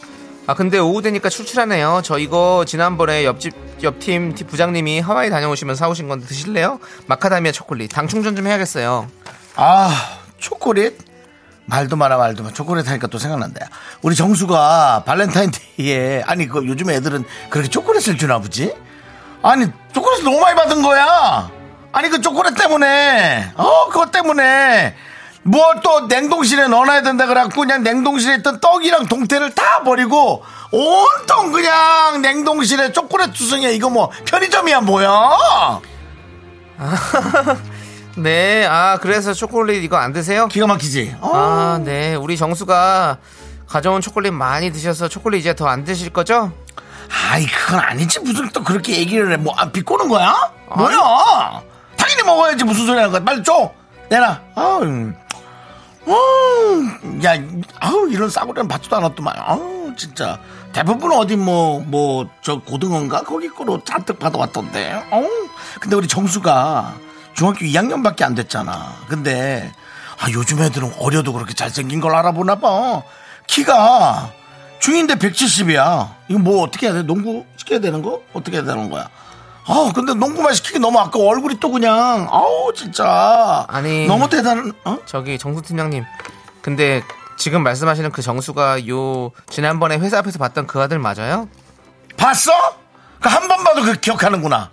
B: 아, 근데 오후 되니까 출출하네요. 저 이거 지난번에 옆집, 옆팀 티- 부장님이 하와이 다녀오시면 사오신 건데 드실래요? 마카다미아 초콜릿. 당 충전 좀 해야겠어요.
A: 아, 초콜릿 말도 마라 말도 마 초콜릿 하니까 또 생각난다. 우리 정수가 발렌타인데이에 아니 그 요즘 애들은 그렇게 초콜릿을 주나 보지? 아니 초콜릿을 너무 많이 받은 거야. 아니 그 초콜릿 때문에 어 그것 때문에 뭘 또 냉동실에 넣어놔야 된다 그래갖고 그냥 냉동실에 있던 떡이랑 동태를 다 버리고 온통 그냥 냉동실에 초콜릿 투성이야 이거 뭐 편의점이야 뭐야?
B: 네, 아, 그래서 초콜릿 이거 안 드세요?
A: 기가 막히지. 어.
B: 아, 네. 우리 정수가 가져온 초콜릿 많이 드셔서 초콜릿 이제 더 안 드실 거죠?
A: 아이 그건 아니지 무슨 또 그렇게 얘기를 해 뭐 아, 비꼬는 거야?
B: 아니.
A: 뭐야 당연히 먹어야지 무슨 소리 하는 거야 빨리 줘 내놔 아우 음. 음, 야 아우 이런 싸구려는 받지도 않았더만 아우 진짜 대부분 어디 뭐 뭐 저 고등어인가 거기 거로 잔뜩 받아왔던데 어 근데 우리 정수가 중학교 2학년밖에 안 됐잖아 근데 아 요즘 애들은 어려도 그렇게 잘생긴 걸 알아보나 봐 키가 중인데 170이야. 이거 뭐 어떻게 해야 돼? 농구 시켜야 되는 거? 어떻게 해야 되는 거야? 아 근데 농구만 시키기 너무 아까워. 얼굴이 또 그냥, 아우, 진짜.
B: 아니.
A: 너무 대단한, 어?
B: 저기 정수 팀장님. 근데 지금 말씀하시는 그 정수가 요 지난번에 회사 앞에서 봤던 그 아들 맞아요?
A: 봤어? 그 한 번 봐도 그 기억하는구나.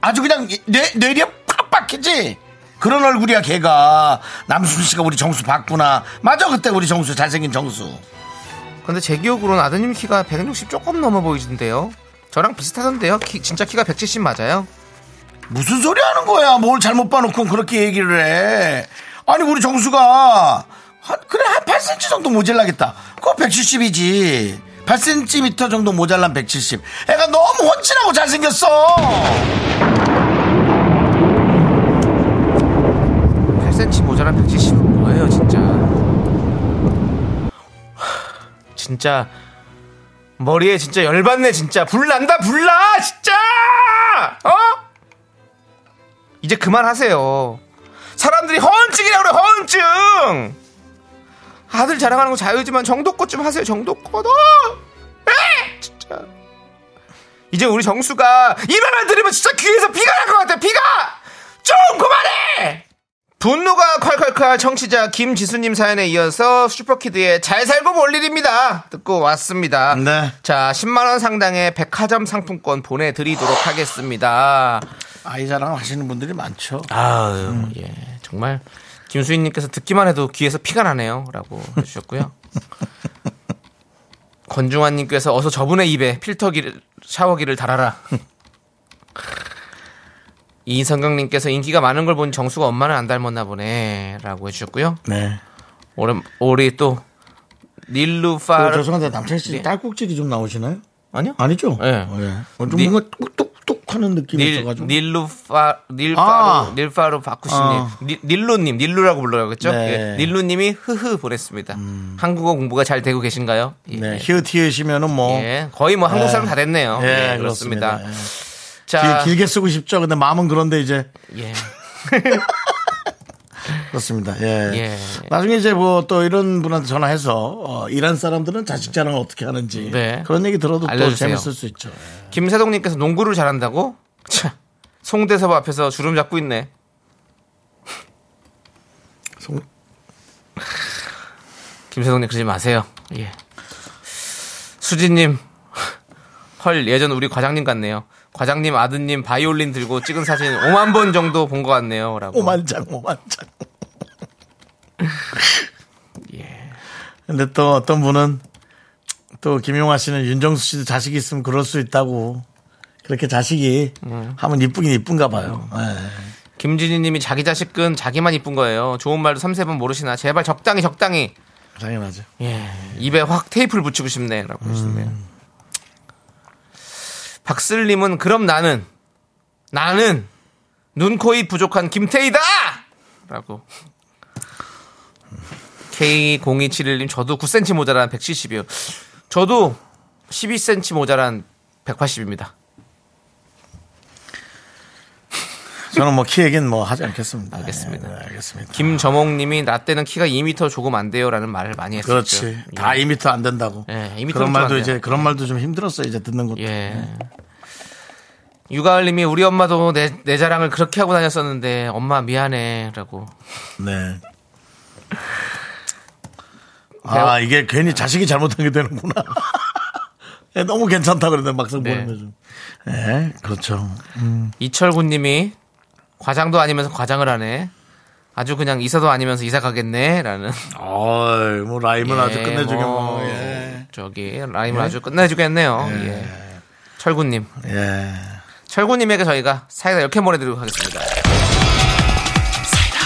A: 아주 그냥 이- 뇌, 뇌리에 팍 박히지? 그런 얼굴이야, 걔가. 남순 씨가 우리 정수 봤구나. 맞아, 그때 우리 정수, 잘생긴 정수.
B: 근데 제 기억으로는 아드님 키가 160 조금 넘어 보이던데요. 저랑 비슷하던데요. 키- 진짜 키가 170 맞아요?
A: 무슨 소리 하는 거야? 뭘 잘못 봐놓고 그렇게 얘기를 해. 아니, 우리 정수가, 한, 그래, 한 8cm 정도 모자라겠다. 그거 170이지. 8cm 정도 모자란 170. 애가 너무 훤칠하고 잘생겼어!
B: 8cm 모자란 170은 뭐예요, 진짜. 진짜 머리에 진짜 열받네, 진짜. 불난다, 불나, 진짜. 어? 이제 그만하세요. 사람들이 허언증이라고 그래, 허언증. 아들 자랑하는 거 자유지만 정도껏 좀 하세요, 정도껏. 어? 에? 진짜. 이제 우리 정수가 이 말만 들으면 진짜 귀에서 피가 날 것 같아, 피가. 좀 그만해. 분노가 콸콸콸 청취자 김지수님 사연에 이어서 슈퍼키드의 잘 살고 볼 일입니다. 듣고 왔습니다.
A: 네.
B: 자, 10만원 상당의 백화점 상품권 보내드리도록 하겠습니다.
A: 아이 자랑 하시는 분들이 많죠.
B: 아유,
A: 음.
B: 예. 정말. 김수인님께서 듣기만 해도 귀에서 피가 나네요. 라고 해주셨고요. 권중환님께서 어서 저분의 입에 필터기를, 샤워기를 달아라. 이성경님께서 인기가 많은 걸 본 정수가 엄마는 안 닮았나 보네. 라고 해주셨고요.
A: 네.
B: 오랜, 우리 또,
A: 그,
B: 닐루파.
A: 죄송한데, 남창희 씨 딸꾹질이 좀 나오시나요?
B: 네. 아니요?
A: 아니죠?
B: 예.
A: 어, 예. 어, 좀
B: 니-
A: 뭔가 뚝뚝뚝 하는 느낌이
B: 닐,
A: 있어가지고.
B: 닐루파, 닐파로,
A: 아.
B: 닐파로 바꾸시님.
A: 아.
B: 닐- 닐루님, 닐루라고 불러요. 그죠?
A: 네. 음.
B: 예, 닐루님이 흐흐 보냈습니다. 한국어 공부가 잘 되고 계신가요? 예.
A: 네. 히읗 히읗이면은 뭐.
B: 예, 거의 뭐 한국 사람
A: 예.
B: 다 됐네요.
A: 예,
B: 예, 그렇습니다.
A: 그렇습니다. 네.
B: 자,
A: 길- 길게 쓰고 싶죠. 근데 마음은 그런데 이제.
B: 예.
A: 그렇습니다. 예.
B: 예.
A: 나중에 이제 뭐 또 이런 분한테 전화해서 어, 일한 사람들은 자식 자랑을 어떻게 하는지
B: 네.
A: 그런 얘기 들어도 또
B: 알려주세요.
A: 재밌을 수 있죠.
B: 김세동님께서 농구를 잘한다고? 차, 송대섭 앞에서 주름 잡고 있네.
A: 송-
B: 김세동님 그러지 마세요. 예. 수진님, 헐 예전 우리 과장님 같네요. 과장님 아드님 바이올린 들고 찍은 사진 5만 번 정도 본 것 같네요.라고.
A: 뭐 오만장 오만장.
B: 예.
A: 근데 또 어떤 분은 또 김용화 씨는 윤정수 씨도 자식이 있으면 그럴 수 있다고 그렇게 자식이 하면 이쁘긴 이쁜가 봐요. 예.
B: 김진희님이 자기 자식은 자기만 이쁜 거예요. 좋은 말도 3세 번 모르시나 제발 적당히 적당히.
A: 당연하죠.
B: 예, 입에 확 테이프를 붙이고 싶네라고 하시네요.
A: 음.
B: 박슬님은 그럼 나는 나는 눈코입 부족한 김태희다라고. K0271님 저도 9cm 모자란 170이요. 저도 12cm 모자란 180입니다.
A: 저는 뭐 키 얘기는 뭐 하지 않겠습니다.
B: 알겠습니다.
A: 예, 네, 알겠습니다.
B: 김저몽님이 나 때는 키가 2m 조금 안 돼요라는 말을 많이 했었죠.
A: 그렇지. 다 2미터 안 된다고.
B: 예, 2m
A: 그런
B: 좀
A: 말도
B: 안
A: 이제
B: 돼요.
A: 그런 말도 좀 힘들었어요. 이제 듣는 것도.
B: 예. 유가을님이 우리 엄마도 내, 내 자랑을 그렇게 하고 다녔었는데 엄마 미안해라고.
A: 네. 아, 이게 괜히 자식이 잘못한 게 되는구나. 예, 너무 괜찮다 그러는데 막상
B: 네.
A: 보는 거죠. 예, 그렇죠.
B: 이철구님이 과장도 아니면서 과장을 하네. 아주 그냥 이사도 아니면서 이사 가겠네라는.
A: 어이, 뭐 라임은 아주
B: 예,
A: 끝내주게 뭐.
B: 뭐,
A: 예.
B: 저기 라임을 아주 끝내주겠네요. 예. 철구님,
A: 예.
B: 철구님에게 저희가 사이다 이렇게 보내드리도록 하겠습니다. 사이다.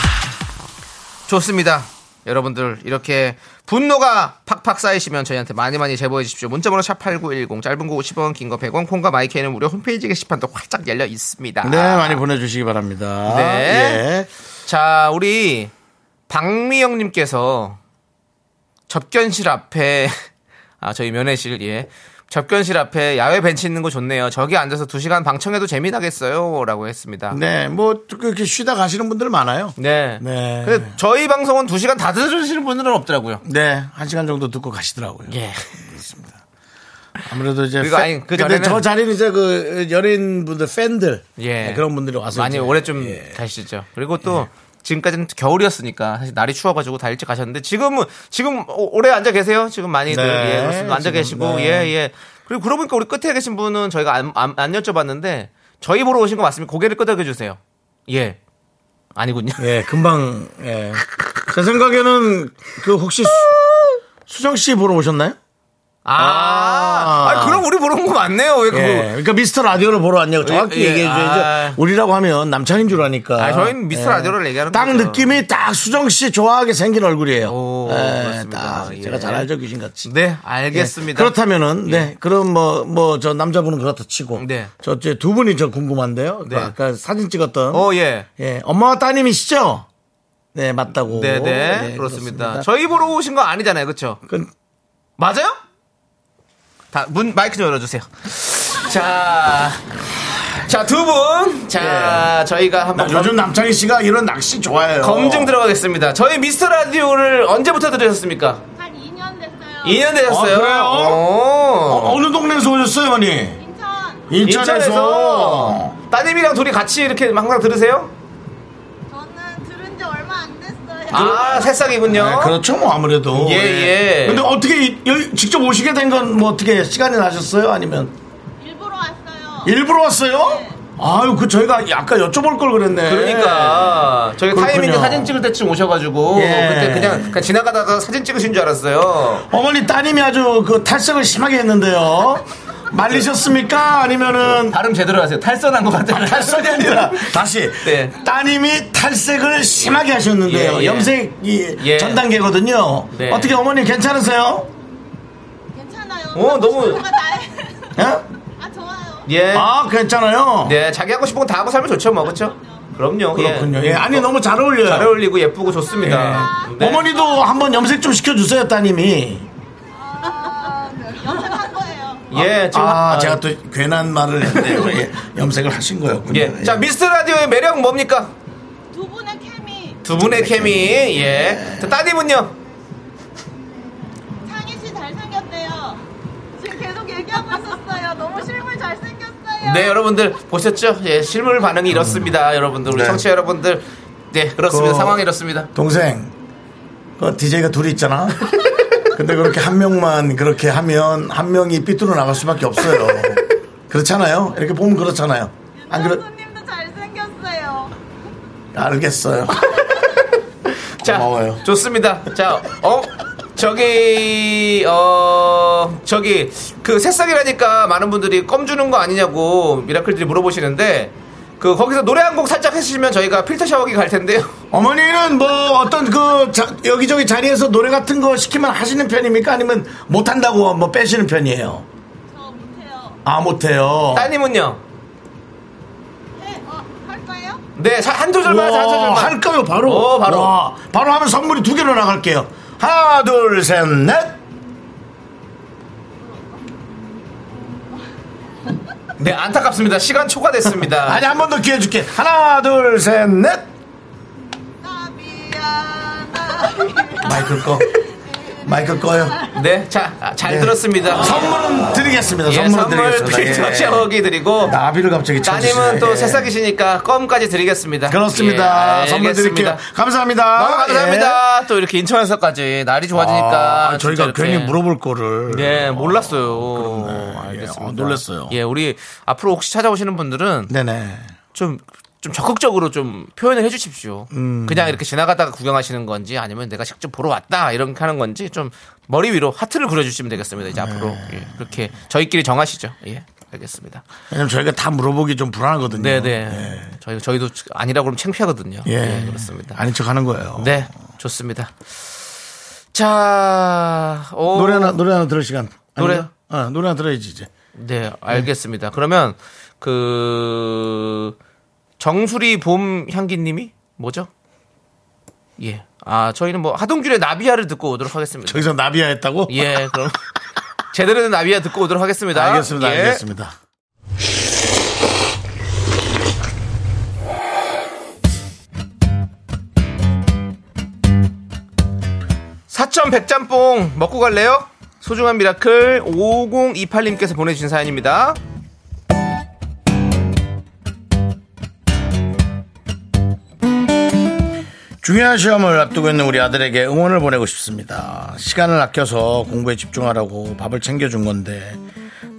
B: 좋습니다. 여러분들 이렇게 분노가 팍팍 쌓이시면 저희한테 많이 많이 제보해 주십시오. 문자번호 샵8910 짧은 거 50원 긴 거 100원 콩과 마이크는 무료 홈페이지 게시판도 활짝 열려 있습니다.
A: 네, 많이 보내주시기 바랍니다.
B: 아. 네.
A: 예.
B: 자, 우리 박미영님께서 접견실 앞에 아 저희 면회실 예 접견실 앞에 야외 벤치 있는 거 좋네요. 저기 앉아서 두 시간 방청해도 재미나겠어요라고 했습니다.
A: 네,
B: 네.
A: 뭐, 그렇게 쉬다 가시는 분들 많아요. 네.
B: 근데 저희 방송은 두 시간 다 들으시는 분들은 없더라고요.
A: 네, 한 시간 정도 듣고 가시더라고요.
B: 예.
A: 아무래도 이제
B: 그리고
A: 팬-
B: 아니, 그
A: 근데
B: 전에는-
A: 저 자리는 이제 그 연예인분들 팬들
B: 예.
A: 네, 그런 분들이 와서
B: 많이
A: 이제-
B: 오래 좀
A: 예.
B: 가시죠. 그리고 또 지금까지는 겨울이었으니까 사실 날이 추워가지고 다 일찍 가셨는데 지금은 지금 오- 오래 앉아 계세요. 지금 많이들
A: 네,
B: 예, 그렇습니다. 앉아
A: 지금,
B: 계시고
A: 네.
B: 예예. 그리고 그러고 보니까 우리 끝에 계신 분은 저희가 안, 안, 안 여쭤봤는데 저희 보러 오신 거 맞습니까? 고개를 끄덕여 주세요. 예. 아니군요.
A: 예, 금방 예. 제 생각에는 그 혹시 수, 수정 씨 보러 오셨나요?
B: 아, 아니, 그럼 우리 보러 온 거 맞네요. 왜 그거?
A: 예, 그러니까 미스터 라디오를 보러 왔냐고 정확히
B: 예, 예,
A: 얘기해 주셔야지.
B: 아.
A: 우리라고 하면 남창인 줄 아니까. 예.
B: 아, 저희는 미스터 라디오를 얘기하는
A: 딱
B: 거죠.
A: 느낌이 딱 수정 씨 좋아하게 생긴 얼굴이에요.
B: 오,
A: 예,
B: 그렇습니다.
A: 딱
B: 예.
A: 제가 잘 알죠 귀신같이.
B: 네, 알겠습니다.
A: 예, 그렇다면은 네 그럼 뭐 뭐 저 남자분은 그렇다 치고
B: 네.
A: 저두 분이 저 궁금한데요. 그
B: 네.
A: 아까 사진 찍었던
B: 어, 예.
A: 예 엄마와 따님이시죠? 네 맞다고.
B: 네, 네.
A: 예,
B: 그렇습니다. 저희 보러 오신 거 아니잖아요. 그렇죠?
A: 그-
B: 맞아요? 다, 문, 마이크 좀 열어주세요. 자, 자, 두 분. 자, 저희가 한번.
A: 예. 요즘 남창희 씨가 이런 낚시 좋아해요.
B: 검증 들어가겠습니다. 저희 미스터 라디오를 언제부터 들으셨습니까?
E: 한 2년 됐어요.
B: 2년 되셨어요.
A: 아, 그래요?
B: 오.
A: 어, 어느 동네에서 오셨어요, 어머니?
E: 인천.
B: 인천에서 따님이랑 둘이 같이 이렇게 항상 들으세요?
E: 저는 들은 지 얼마 안 됐어요.
B: 아, 새싹이군요.
A: 네, 그렇죠, 뭐 아무래도.
B: 예, 예.
A: 근데 어떻게 이- 여기 직접 오시게 된 건 뭐 어떻게 시간이 나셨어요? 아니면
E: 일부러 왔어요.
A: 일부러 왔어요? 아유, 그 저희가 아까 여쭤볼 걸 그랬네.
B: 그러니까 저희
A: 그렇군요.
B: 타이밍에 사진 찍을 때쯤 오셔가지고
A: 예.
B: 그때 그냥, 그냥 지나가다가 사진 찍으신 줄 알았어요.
A: 어머니 따님이 아주 그 탈색을 심하게 했는데요. 말리셨습니까? 아니면은
B: 발음 제대로 하세요. 탈선한 것 같아요.
A: 탈선이 아니라 다시
B: 네.
A: 따님이 탈색을 심하게 하셨는데요.
B: 예, 예.
A: 염색이
B: 예.
A: 전 단계거든요.
B: 네.
A: 어떻게 어머니 괜찮으세요?
E: 괜찮아요.
B: 어, 너무-
E: 친구가 나의-
A: 예?
E: 아 좋아요.
B: 예.
A: 아 괜찮아요.
B: 네, 자기 하고 싶은 건 다 하고 살면 좋죠, 뭐 그렇죠? 그럼요.
A: 그렇군요.
B: 예.
A: 예, 아니 너무 잘 어울려요.
B: 잘 어울리고 예쁘고 좋습니다. 네.
A: 어머니도 한번 염색 좀 시켜주세요, 따님이.
E: 아, 연습한 거예요.
B: 예, 지금
A: 아,
B: 아,
A: 제가 또 괜한 말을 했네요. 예, 염색을 하신 거였군요.
B: 예. 자, 미스터 라디오의 매력 뭡니까?
E: 두 분의 케미
B: 두 분의 케미. 예. 자, 따님은요?
E: 창희 씨 잘생겼대요. 지금 계속 얘기하고 있었어요. 너무 실물 잘생겼어요.
B: 네, 여러분들 보셨죠? 예, 실물 반응이 이렇습니다. 여러분들 우리
A: 네.
B: 청취자 여러분들. 네, 그렇습니다.
A: 그-
B: 상황이 이렇습니다.
A: 동생, 그 DJ가 둘이 있잖아. 근데 그렇게 한 명만 그렇게 하면 한 명이 삐뚤어 나갈 수밖에 없어요. 그렇잖아요. 이렇게 보면 그렇잖아요. 안 그래?
E: 선수님도 잘생겼어요.
A: 알겠어요.
B: 자,
A: 고마워요.
B: 좋습니다. 자, 어? 저기, 어, 저기, 그 새싹이라니까 많은 분들이 껌 주는 거 아니냐고 미라클들이 물어보시는데, 그, 거기서 노래 한 곡 살짝 해주시면 저희가 필터 샤워기 갈 텐데요.
A: 어머니는 뭐 어떤 그 자- 여기저기 자리에서 노래 같은 거 시키면 하시는 편입니까? 아니면 못한다고 뭐 빼시는 편이에요?
E: 저 못해요.
A: 아 못해요.
B: 따님은요?
E: 해, 어, 할까요?
B: 네, 자, 한 조절만 하자, 한
A: 와,
B: 조절만.
A: 할까요 바로?
B: 어, 바로.
A: 와, 바로 하면 선물이 두 개로 나갈게요. 하나 둘 셋 넷.
B: 네, 안타깝습니다. 시간 초과됐습니다.
A: 아니 한 번 더 기회 줄게. 하나 둘 셋 넷.
E: 아, 나비야, 나비야.
A: 마이크 꺼. 마이크 꺼요.
B: 네, 자, 아, 잘 들었습니다.
A: 선물은 드리겠습니다.
B: 예,
A: 선물은
B: 선물
A: 드리겠습니다.
B: 필터
A: 예.
B: 샤워기 드리고
A: 나비를 갑자기
B: 따님은
A: 쳐주시네.
B: 또
A: 예.
B: 새싹이시니까 껌까지 드리겠습니다.
A: 그렇습니다.
B: 예,
A: 선물 드릴게요. 아,
B: 알겠습니다.
A: 감사합니다.
B: 너무 감사합니다. 또 이렇게 인천에서까지 날이
A: 예.
B: 좋아지니까
A: 아,
B: 진짜
A: 저희가
B: 이렇게.
A: 괜히 물어볼 거를.
B: 네, 몰랐어요.
A: 그렇네.
B: 어, 알겠습니다.
A: 예, 어, 놀랐어요.
B: 예, 우리 앞으로 혹시 찾아오시는 분들은
A: 네네.
B: 좀, 좀 적극적으로 좀 표현을 해 주십시오.
A: 음.
B: 그냥 이렇게 지나가다가 구경하시는 건지 아니면 내가 직접 보러 왔다 이렇게 하는 건지 좀 머리 위로 하트를 그려주시면 되겠습니다. 이제 앞으로.
A: 네.
B: 예, 그렇게 저희끼리 정하시죠. 예, 알겠습니다.
A: 왜냐면 저희가 다 물어보기 좀 불안하거든요.
B: 네네.
A: 예.
B: 저희, 저희도 아니라고 그러면 창피하거든요.
A: 예.
B: 예, 그렇습니다.
A: 아닌 척 하는 거예요.
B: 네, 좋습니다. 자, 어, 오.
A: 노래 하나, 노래 하나 들을 시간. 아닌가?
B: 노래요?
A: 어, 노래 하나 들어야지, 이제.
B: 네, 알겠습니다. 그러면 그 정수리 봄 향기님이 뭐죠? 예, 아 저희는 뭐 하동균의 나비야를 듣고 오도록 하겠습니다.
A: 저기서 나비야 했다고?
B: 예, 그럼 제대로 된 나비야 듣고 오도록 하겠습니다.
A: 알겠습니다.
B: 예.
A: 알겠습니다.
B: 사천 백짬뽕 먹고 갈래요? 소중한 미라클 5028님께서 보내주신 사연입니다.
A: 중요한 시험을 앞두고 있는 우리 아들에게 응원을 보내고 싶습니다. 시간을 아껴서 공부에 집중하라고 밥을 챙겨준 건데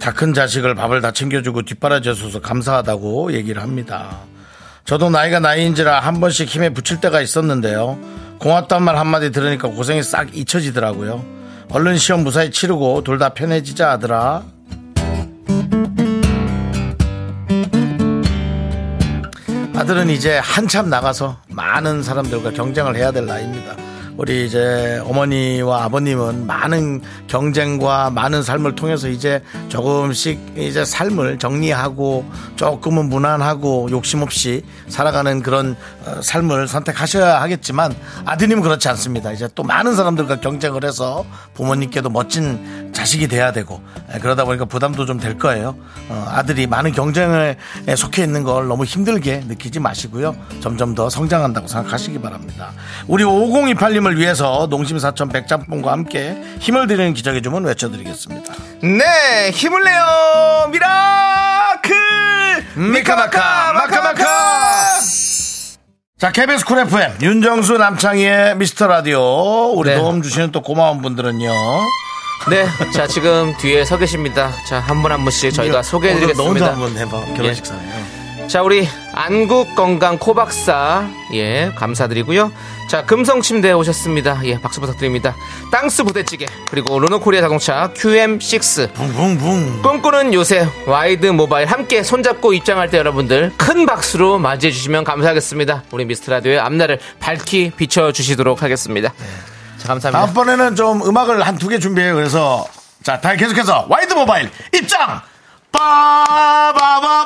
A: 다 큰 자식을 밥을 다 챙겨주고 뒷바라지해줘서 감사하다고 얘기를 합니다. 저도 나이가 나이인지라 한 번씩 힘에 붙일 때가 있었는데요. 고맙다는 말 한마디 들으니까 고생이 싹 잊혀지더라고요. 얼른 시험 무사히 치르고 둘 다 편해지자 아들아. 아들은 이제 한참 나가서 많은 사람들과 경쟁을 해야 될 나이입니다. 우리 이제 어머니와 아버님은 많은 경쟁과 많은 삶을 통해서 이제 조금씩 이제 삶을 정리하고 조금은 무난하고 욕심 없이 살아가는 그런 어, 삶을 선택하셔야 하겠지만 아드님은 그렇지 않습니다. 이제 또 많은 사람들과 경쟁을 해서 부모님께도 멋진 자식이 돼야 되고 에, 그러다 보니까 부담도 좀 될 거예요. 어, 아들이 많은 경쟁을 에, 속해 있는 걸 너무 힘들게 느끼지 마시고요. 점점 더 성장한다고 생각하시기 바랍니다. 우리 5028님을 위해서 농심 사천 백짬뽕과 함께 힘을 드리는 기적의 주문 외쳐드리겠습니다.
B: 네, 힘을 내요 미라클 미카마카 마카마카.
A: 자, KBS 쿨 FM, 윤정수 남창희의 미스터 라디오. 우리
B: 네.
A: 도움 주시는 또 고마운 분들은요.
B: 네, 자 지금 뒤에 서 계십니다. 자 한 분 한 분씩 저희가
A: 오늘 너무
B: 소개해드리겠습니다. 예.
A: 한번 해봐. 결혼식 사네요.
B: 자 우리 안국 건강 코박사 예 감사드리고요. 자 금성 침대 오셨습니다. 예 박수 부탁드립니다. 땅스 부대찌개 그리고 르노코리아 자동차 QM6
A: 붕붕붕.
B: 꿈꾸는 요새 와이드 모바일 함께 손잡고 입장할 때 여러분들 큰 박수로 맞이해 주시면 감사하겠습니다. 우리 미스트 라디오의 앞날을 밝히 비춰 주시도록 하겠습니다. 네. 자 감사합니다.
A: 다음번에는 좀 음악을 한 두 개 준비해요. 그래서, 자, 다 계속해서 와이드 모바일 입장!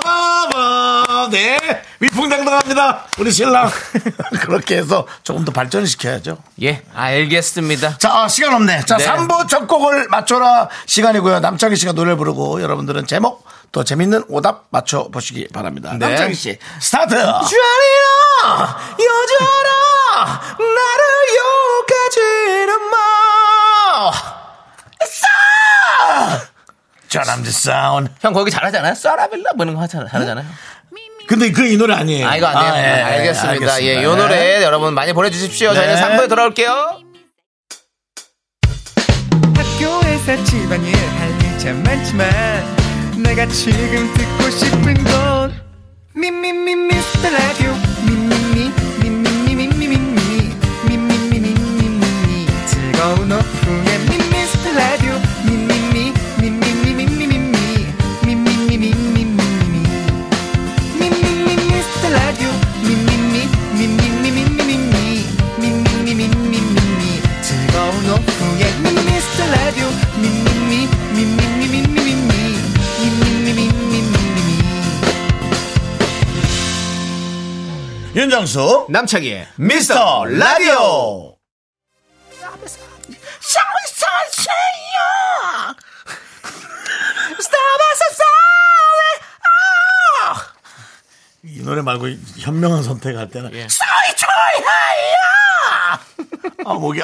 A: 빠바바바바. 네. 위풍당당합니다. 우리 신랑. 그렇게 해서 조금 더 발전시켜야죠.
B: 예 알겠습니다.
A: 자, 아, 시간 없네. 자,
B: 네.
A: 3부 첫 곡을 맞춰라 시간이고요. 남창희 씨가 노래 부르고 여러분들은 제목 또 재밌는 오답 맞춰보시기 바랍니다.
B: 네.
A: 남창희 씨, 스타트!
B: 주안이야 여자라 나를 욕하지는 마.
A: 저남자 사운.
B: 형 거기 잘하지 않아요? 쏴라빌라 뭐 이런 거 하잖아, 잘하잖아요.
A: 근데 그 이 노래 아니에요.
B: 아 이거 안 돼요.
A: 아, 예, 예,
B: 알겠습니다.
A: 알겠습니다.
B: 예, 요 노래 여러분 많이 보내주십시오. 저희는
A: 네.
B: 3부에 돌아올게요.
G: 학교에서 집안일 할 일 참 많지만 내가 지금 듣고 싶은 건 미미미 미스터 라디오 미미미 미미미 미미미 미미미 미미미 즐거운 오후에 미스터 라디오 미미미 미미미 미미미 미미미 미미미 미미미 미스터 라디오 미미미 미미미 미미미 미미미 미미미 즐거운 오후에 미스터 라디오 미미미 미미미 미미미 미미미 미미미
A: 윤정수,
B: 남창희의
A: 미스터 라디오! 이 노래 말고 현명한 선택할 때는
B: 예.
A: 소이 초이 하이야 아 목이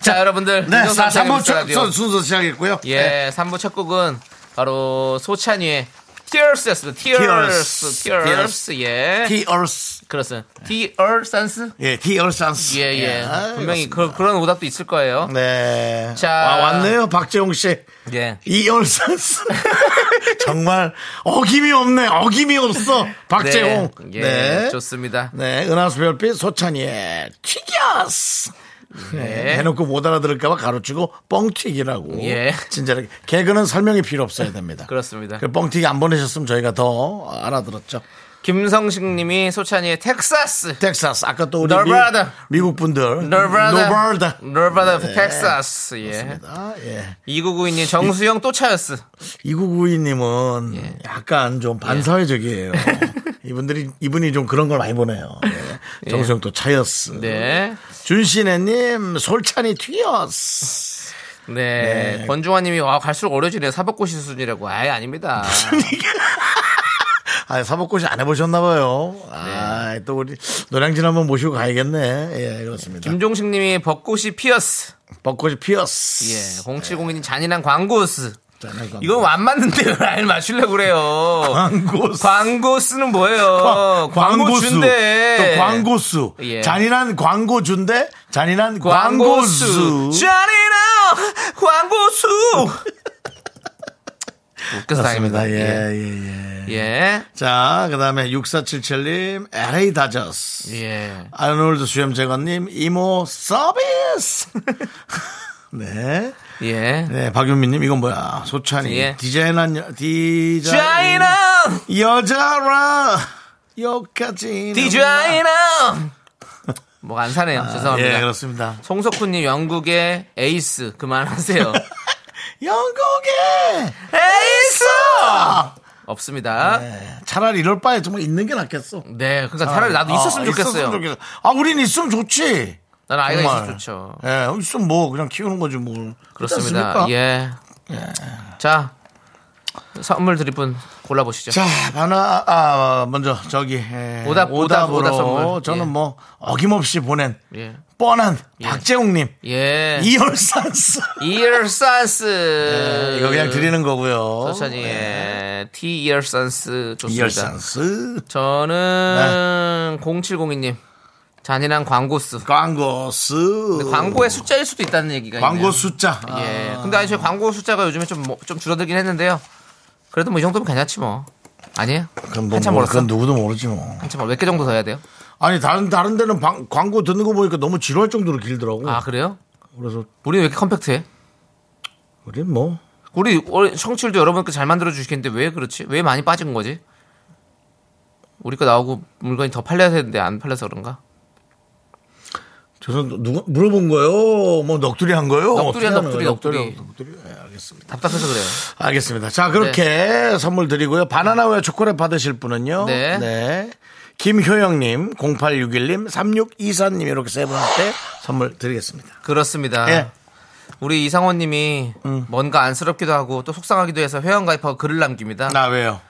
B: 자, 여러분들.
A: 네,
B: 윤정수
A: 사-
B: 남창의
A: 삼부
B: 미스터
A: 첫-
B: 라디오.
A: 첫 순서 시작했고요. 네.
B: 예, 3부 첫 곡은 바로 소찬이의 Tears였습니다.
A: Tears.
B: Tears, Tears, 예.
A: 티얼스.
B: 그렇습니다. Tears,
A: 예, 티얼산스.
B: 예, 예. 분명히 그, 그런 오답도 있을 거예요.
A: 아, 네.
B: 자.
A: 와, 왔네요, 박재홍 씨.
B: 예.
A: 이얼산스. 정말 어김이 없네. 어김이 없어. 박재홍.
B: 예, 좋습니다.
A: 네, 은하수 별빛 소찬이의 튀겨스. 네.
B: 네.
A: 해놓고 못 알아들을까봐 가로치고 뻥튀기라고.
B: 예.
A: 진짜로 개그는 설명이 필요 없어야 됩니다.
B: 그렇습니다.
A: 그 뻥튀기 안 보내셨으면 저희가 더 알아들었죠.
B: 김성식 님이 소찬이의 텍사스.
A: 텍사스 아까 또 우리
B: No brother.
A: 미, 국 분들
B: 너바다.
A: 노바다 네.
B: 너바다 텍사스. 예.
A: 맞습니다. 예.
B: 2992님 정수영 또 차였어.
A: 이구구이님은
B: 예.
A: 약간 좀 반사회적이에요. 이분들이 이분이 좀 그런 걸 많이 보네요. 예. 정수영 또 차였스.
B: 네.
A: 준신혜님 솔찬이 튀었스.
B: 네. 권중환 님이 와 갈수록 어려지네요. 사법고시 수준이라고. 아예 아닙니다.
A: 아 사법고시 안 해보셨나봐요.
B: 네.
A: 아, 또 우리 노량진 한번 모시고 가야겠네. 예, 그렇습니다.
B: 김종식 님이 벚꽃이 피었어.
A: 벚꽃이 피었스.
B: 예. 0702님 잔인한 광고스.
A: 자, 나 이거
B: 이건 안 맞는데 왜 알 맞추려고 그래요.
A: 광고스.
B: 광고스는 뭐예요?
A: 광고수.
B: 어, 광고주인데.
A: 또 광고수.
B: 예.
A: 잔인한 광고주인데 잔인한
B: 광고수.
A: 광고수.
B: 잔인한 광고수. 웃겨서
A: 그렇습니다.
B: 다행입니다.
A: 예,
B: 예.
A: 예, 예.
B: 예.
A: 자, 그 다음에 6477님, LA 다저스.
B: 예.
A: 아놀드 수염재건님, 이모 서비스! 네.
B: 예.
A: 네, 박윤미님, 이건 뭐야. 소찬이.
B: 예.
A: 디자인한, 여, 디자인.
B: 디자이너!
A: 여자라! 여기까지.
B: 디자이너! 뭐가 안 사네요. 죄송합니다.
A: 예, 그렇습니다.
B: 송석훈님 영국의 에이스 그만하세요.
A: 영국에!
B: 에이스!
A: 아!
B: 없습니다. 네,
A: 네, 차라리 이럴 바에 정말 있는 게 낫겠어.
B: 그러니까 차라리 나도
A: 아,
B: 있었으면 좋겠어요.
A: 좋겠어. 아, 우린 있으면 좋지.
B: 나는 아이가
A: 정말.
B: 있어 좋죠.
A: 예, 있으면 뭐, 그냥 키우는 거지 뭐.
B: 그렇습니다.
A: 그렇습니까?
B: 예. 자 선물 드릴 분 골라보시죠.
A: 자, 바나, 아, 먼저, 저기, 예,
B: 오답, 오답,
A: 오답으로
B: 오답 선물.
A: 저는
B: 예.
A: 뭐, 어김없이 보낸,
B: 예.
A: 뻔한, 박재홍님,
B: 예.
A: 이열산스.
B: 이얼산스.
A: 예, 이거 그냥 드리는 거고요.
B: 천천히 예. T 이얼산스 좋습니다.
A: 이열산스.
B: 저는 0702님 잔인한 광고스.
A: 광고스.
B: 근데 광고의 숫자일 수도 있다는 얘기가
A: 광고
B: 있네요.
A: 숫자. 아,
B: 예. 근데 아니 저 광고 숫자가 요즘에 좀 뭐- 좀 줄어들긴 했는데요. 그래도 뭐 이 정도면 괜찮지 뭐. 아니에요?
A: 그건 뭐,
B: 한참
A: 뭐,
B: 멀었어?
A: 그건 누구도 모르지 뭐.
B: 한참 몇개 정도 더 해야 돼요?
A: 아니, 다른, 다른 데는 방- 광고 듣는 거 보니까 너무 지루할 정도로 길더라고.
B: 아 그래요?
A: 그래서,
B: 우리 왜 이렇게 컴팩트해?
A: 우린 뭐.
B: 우리 올- 청취율도 여러분께 잘 만들어 주시겠는데 왜 그렇지? 왜 많이 빠진 거지? 우리 거 나오고 물건이 더 팔려야 되는데 안 팔려서 그런가?
A: 저선 누가 물어본 거요? 뭐 넋두리 한 거요?
B: 넋두리야,
A: 어떻게 하는
B: 넋두리,
A: 거예요?
B: 넋두리.
A: 넋두리. 예, 알겠습니다.
B: 답답해서 그래요.
A: 알겠습니다. 자, 그렇게 선물 드리고요. 바나나우유 초콜릿 받으실 분은요.
B: 네.
A: 김효영님, 0861님, 3624님 이렇게 세 분한테 선물 드리겠습니다. 음.
B: 그렇습니다.
A: 예.
B: 우리 이상원님이 뭔가 안쓰럽기도 하고 또 속상하기도 해서 회원가입하고 글을 남깁니다.
A: 나 왜요?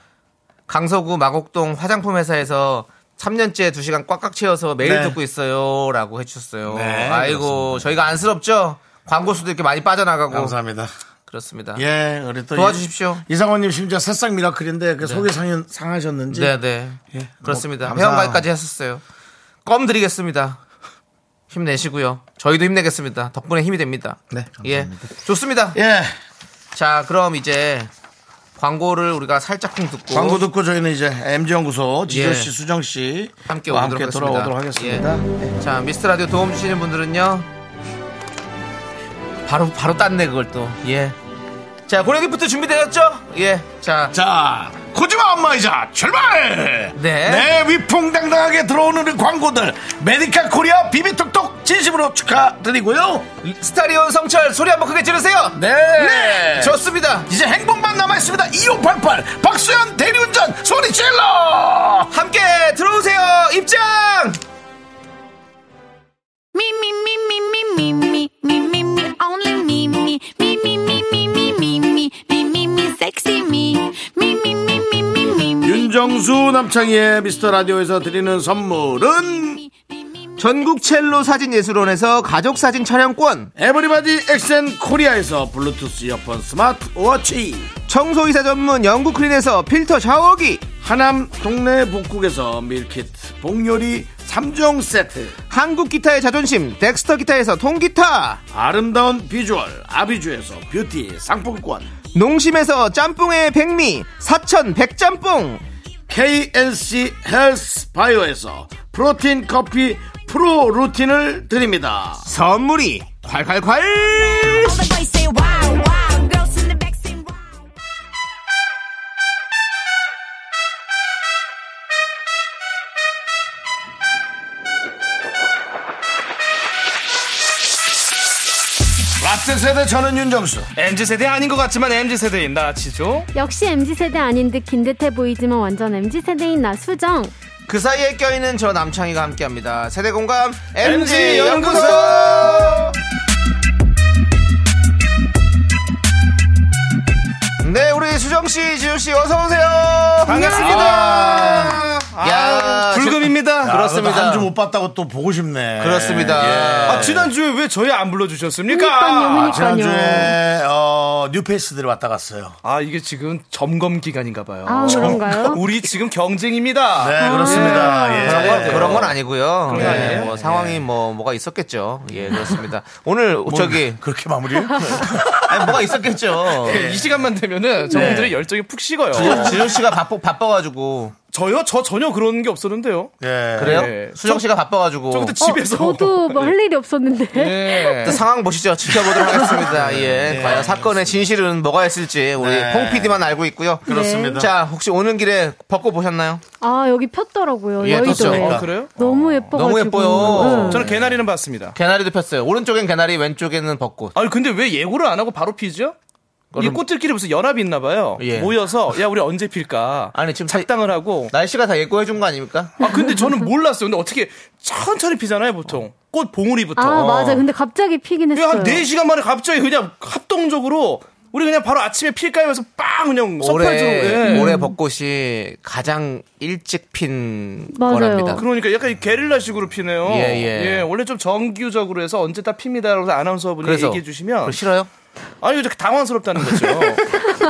B: 강서구 마곡동 화장품 회사에서 3년째 2시간 꽉꽉 채워서 매일
A: 네.
B: 듣고 있어요. 라고 해주셨어요.
A: 네,
B: 아이고, 저희가 안쓰럽죠? 광고수도 이렇게 많이 빠져나가고.
A: 감사합니다.
B: 그렇습니다.
A: 어. 예, 우리 또
B: 도와주십시오.
A: 이- 이상원님 심지어 새싹 미라클인데 그 속이 상해- 상하셨는지
B: 네, 네.
A: 예,
B: 그렇습니다.
A: 뭐 감사-
B: 회원가입까지 했었어요. 껌 드리겠습니다. 힘내시고요. 저희도 힘내겠습니다. 덕분에 힘이 됩니다.
A: 네,
B: 예. 좋습니다.
A: 예,
B: 자, 그럼 이제 광고를 우리가 살짝쿵 듣고
A: 광고 듣고 저희는 이제 MG 연구소 지조
B: 예.
A: 씨, 수정 씨
B: 함께
A: 와
B: 오도록
A: 함께
B: 하겠습니다.
A: 돌아오도록 하겠습니다. 네.
B: 예. 자, 미스터 라디오 도움 주시는 분들은요. 바로 바로 땄네 그걸 또. 예. 자, 고려기부터 준비되었죠? 예. 자,
A: 자, 코지마 엄마이자 출발!
B: 네.
A: 네, 위풍당당하게 들어오는 이 광고들. 메디카 코리아 비비톡톡 진심으로 축하드리고요.
B: 스타리온 성철 소리 한번 크게 지르세요.
A: 네.
B: 좋습니다.
A: 이제 행복만 남아있습니다. 2588. 박수현 대리운전 소리 질러!
B: 함께 들어오세요. 입장.
F: Me, me, me, me, me, me, me, me, me, me, only me, me, me, me, me, me, me, me, me, me, me, me, sexy me, me, me, me, me, me, me, me,
A: 윤정수 남창희의 미스터 라디오에서 드리는 선물은
F: me, me, me.
B: 전국 첼로 사진 예술원에서 가족 사진 촬영권,
A: 에브리바디 엑센 코리아에서 블루투스 이어폰 스마트 워치
B: 청소이사 전문 영국 크린에서 필터 샤워기,
A: 하남 동네 북국에서 밀키트 복요리 3종 세트
B: 한국 기타의 자존심, 덱스터 기타에서 통기타,
A: 아름다운 비주얼 아비주에서 뷰티 상품권
B: 농심에서 짬뽕의 백미, 사천 백짬뽕,
A: KNC 헬스 바이오에서 프로틴 커피 프로 루틴을 드립니다
B: 선물이 콸콸콸!
F: All the boys say wow, wow. Girls in the back say wow.
A: 라떼 세대 저는 윤정수
H: MZ 세대 아닌 것 같지만 MZ 세대인 나치죠.
I: 역시 MZ세대 아닌 듯 긴 듯해 보이지만 완전 MZ세대인 나 수정.
B: 그 사이에 껴있는 저 남창희가 함께합니다. 세대 공감
A: MG
B: MG 연구소.
A: 연구소!
B: 네, 우리 수정 씨, 지효 씨, 어서 오세요.
A: 반갑습니다.
B: 아, 야,
H: 불금입니다.
B: 아, 그렇습니다.
A: 아, 한주 못 봤다고 또 보고 싶네 예.
B: 그렇습니다.
H: 아, 지난주에 왜 저희 안 불러주셨습니까?
I: 그러니까요, 그러니까요.
A: 지난주에 어, 뉴페이스들 왔다 갔어요
H: 아, 이게 지금 점검 기간인가 봐요.
I: 아, 그런가요?
H: 우리 지금 경쟁입니다.
A: 네 그렇습니다 예.
B: 그런 건, 그런 건 아니고요.
H: 그런 건
B: 예,
H: 아니에요?
B: 뭐 상황이 뭐 뭐가 있었겠죠. 예, 그렇습니다. 오늘 저기
A: 그렇게 마무리
B: 아니 뭐가 있었겠죠.
H: 이 시간만 되면은 저분들의 열정이 푹 식어요.
B: 지효- 지효 씨가 바빠 바빠가지고
H: 저요? 저 전혀 그런 게 없었는데요.
A: 예.
B: 그래요?
H: 예.
B: 수정 씨가 바빠가지고.
H: 저 그때 집에서.
I: 저도 뭐 할 일이 없었는데.
H: 예.
B: 또 상황 보시죠. 지켜보도록 하겠습니다. 예. 과연 사건의 진실은 뭐가 있을지 우리
A: 네.
B: 홍 PD만 알고 있고요.
A: 그렇습니다.
B: 자, 혹시 오는 길에 벚꽃 보셨나요?
I: 아 여기 폈더라고요.
B: 예,
I: 여의도에.
A: 폈죠.
H: 아, 그래요?
I: 어. 너무 예뻐가지고.
B: 너무 예뻐요.
I: 응.
H: 저는 개나리는 봤습니다.
B: 개나리도 폈어요. 오른쪽엔 개나리, 왼쪽에는 벚꽃.
H: 아니, 근데 왜 예고를 안 하고 바로 피죠? 이 꽃들끼리 무슨 연합이 있나 봐요.
B: 예.
H: 모여서 야 우리 언제 필까?
B: 아니, 지금 다-
H: 작당을 하고.
B: 날씨가 다 예고해 준 거 아닙니까?
H: 아 근데 저는 몰랐어요. 근데 어떻게 천천히 피잖아요, 보통. 꽃 봉우리부터.
I: 아 맞아. 근데 갑자기 피긴 했어요.
H: 왜한 4시간 만에 갑자기 그냥 합동적으로 우리 그냥 바로 아침에 필까 하면서 빵 그냥
B: 뭐 올해
H: 서프라이즈로 예.
B: 올해 벚꽃이 가장 일찍 핀
I: 맞아요.
B: 거랍니다.
H: 그러니까 약간 이 게릴라식으로 피네요.
B: 예, 예.
H: 원래 좀 정규적으로 해서 언제 다 핍니다라고 아나운서분이
B: 그래서
H: 얘기해 주시면
B: 그거 싫어요?
H: 아니 이렇게 당황스럽다는 거죠.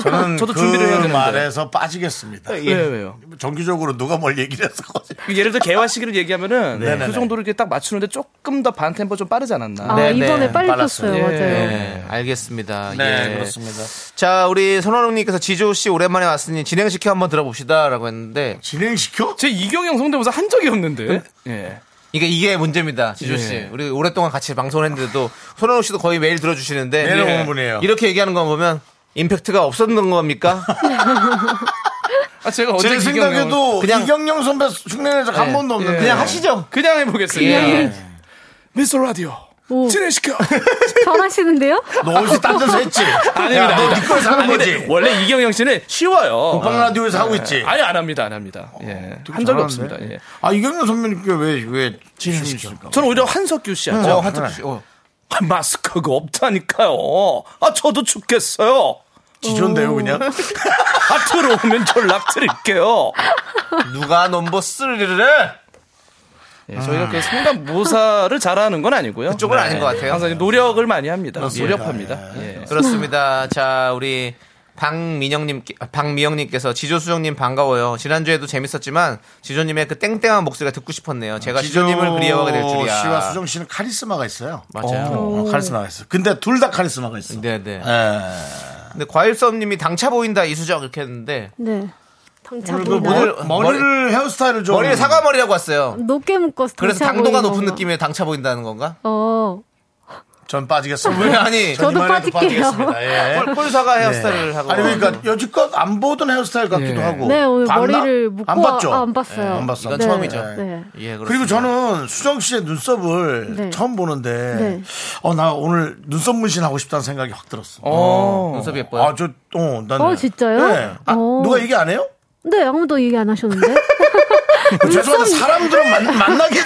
A: 저는
H: 저도
A: 그
H: 준비를 해야 되는데.
A: 말에서 빠지겠습니다.
H: 예, 왜요?
A: 뭐 정규적으로 누가 뭘 얘기를 해서
H: 예를 들어 개화식을 얘기하면은
A: 네, 네, 네.
H: 그 정도로 이렇게 딱 맞추는데 조금 더 반템po 좀 빠르지 않았나.
I: 아
B: 네,
I: 이번에
B: 네.
I: 빨리
A: 빨랐어요.
I: 폈어요. 예. 맞아요.
B: 네, 알겠습니다.
A: 네,
B: 예.
A: 그렇습니다.
B: 자, 우리 손원웅님께서 지조 씨 오랜만에 왔으니 진행시켜 한번 들어봅시다라고 했는데
A: 진행시켜?
H: 제 이경영 성대모사 한 적이 없는데. 예.
B: 이게 이게 문제입니다, 지조 씨.
H: 예.
B: 우리 오랫동안 같이 방송했는데도 손원웅 씨도 거의 매일 들어주시는데 예.
A: 매일 오는 분이에요.
B: 이렇게 얘기하는 거 보면 임팩트가 없었던 겁니까?
H: 아 제가 언제
A: 제
H: 이경영을-
A: 생각에도
B: 그냥-
A: 이경영 선배 흉내내서 한
B: 예.
A: 번도 없는데
B: 그냥 하시죠.
H: 그냥 해보겠습니다.
B: 예.
H: 미스터 라디오
I: 오.
H: 진행시켜.
I: 잘하시는데. 잘하시는데요?
A: 너 어디서 딴 데서 했지?
H: 아닙니다.
A: 너네 거에 사는
H: 아니, 근데
A: 거지?
H: 원래 이경영 씨는 쉬워요.
A: 오빠 라디오에서 하고 있지?
H: 아니 안 합니다, 안 합니다. 예. 한 적이 없습니다. 예.
A: 아, 이경영 선배님께 왜, 왜 진행시켜?
H: 저는 오히려 한석규 씨 하죠.
B: 어, 한쪽
A: 네.
B: 씨. 어.
H: 아, 마스크가 없다니까요. 아 저도 죽겠어요.
A: 지존데요, 그냥?
H: 아 들어오면 연락 드릴게요.
B: 누가 넘버 쓰리를 해?
H: 예, 저희가 그 상담 모사를 잘하는 건 아니고요. 네.
B: 그쪽은 아닌 것 같아요.
H: 항상 노력을 많이 합니다.
A: 그렇습니다.
H: 노력합니다. 예.
B: 그렇습니다. 자, 우리 아, 박민영님, 박미영님께서 지조수정님 반가워요. 지난주에도 재밌었지만 지조님의 그 땡땡한 목소리가 듣고 싶었네요. 제가 지조님을 그리워하게 될 줄이야.
A: 씨와 수정 씨는 카리스마가 있어요.
B: 맞아요.
A: 어, 카리스마가 있어. 근데 둘 다 카리스마가 있어.
B: 네네.
A: 예.
B: 근데 과일섭님이 당차 보인다 이수정 이렇게 했는데
I: 네. 당차
A: 오늘 그
I: 보이나요?
B: 오늘-
A: 머리, 를 헤어스타일을 좀.
B: 머리에 사과머리라고 왔어요.
I: 높게 묶어서
B: 그래서
I: 당차
B: 당도가
I: 보이는
B: 높은
I: 건가?
B: 느낌의 당차 보인다는 건가?
I: 어.
A: 전 빠지겠습니다.
B: 왜 아니
I: 저도
A: 이번에도
I: 빠질게요.
A: 예.
B: 꿀- 꿀사과 헤어스타일을 하고
A: 아니 그러니까 여지껏 안 보던 헤어스타일 같기도 하고.
I: 네 오늘
A: 봤나?
I: 머리를 묶고
A: 안 봤죠.
I: 아, 안 봤어요.
A: 예, 안 봤어.
B: 이건
I: 네.
B: 처음이죠.
I: 네.
B: 예, 그렇습니다.
A: 그리고 저는 수정 씨의 눈썹을
I: 네.
A: 처음 보는데
I: 네.
A: 어 나 오늘 눈썹 문신 하고 싶다는 생각이 확 들었어.
H: 어.
B: 눈썹이 예뻐요.
A: 아 저어난
I: 어, 진짜요?
A: 네. 아,
I: 어.
A: 누가 얘기 안 해요? 그
I: 네 아무도 얘기 안 하셨는데
A: 죄송한데 사람들은 만, 만나게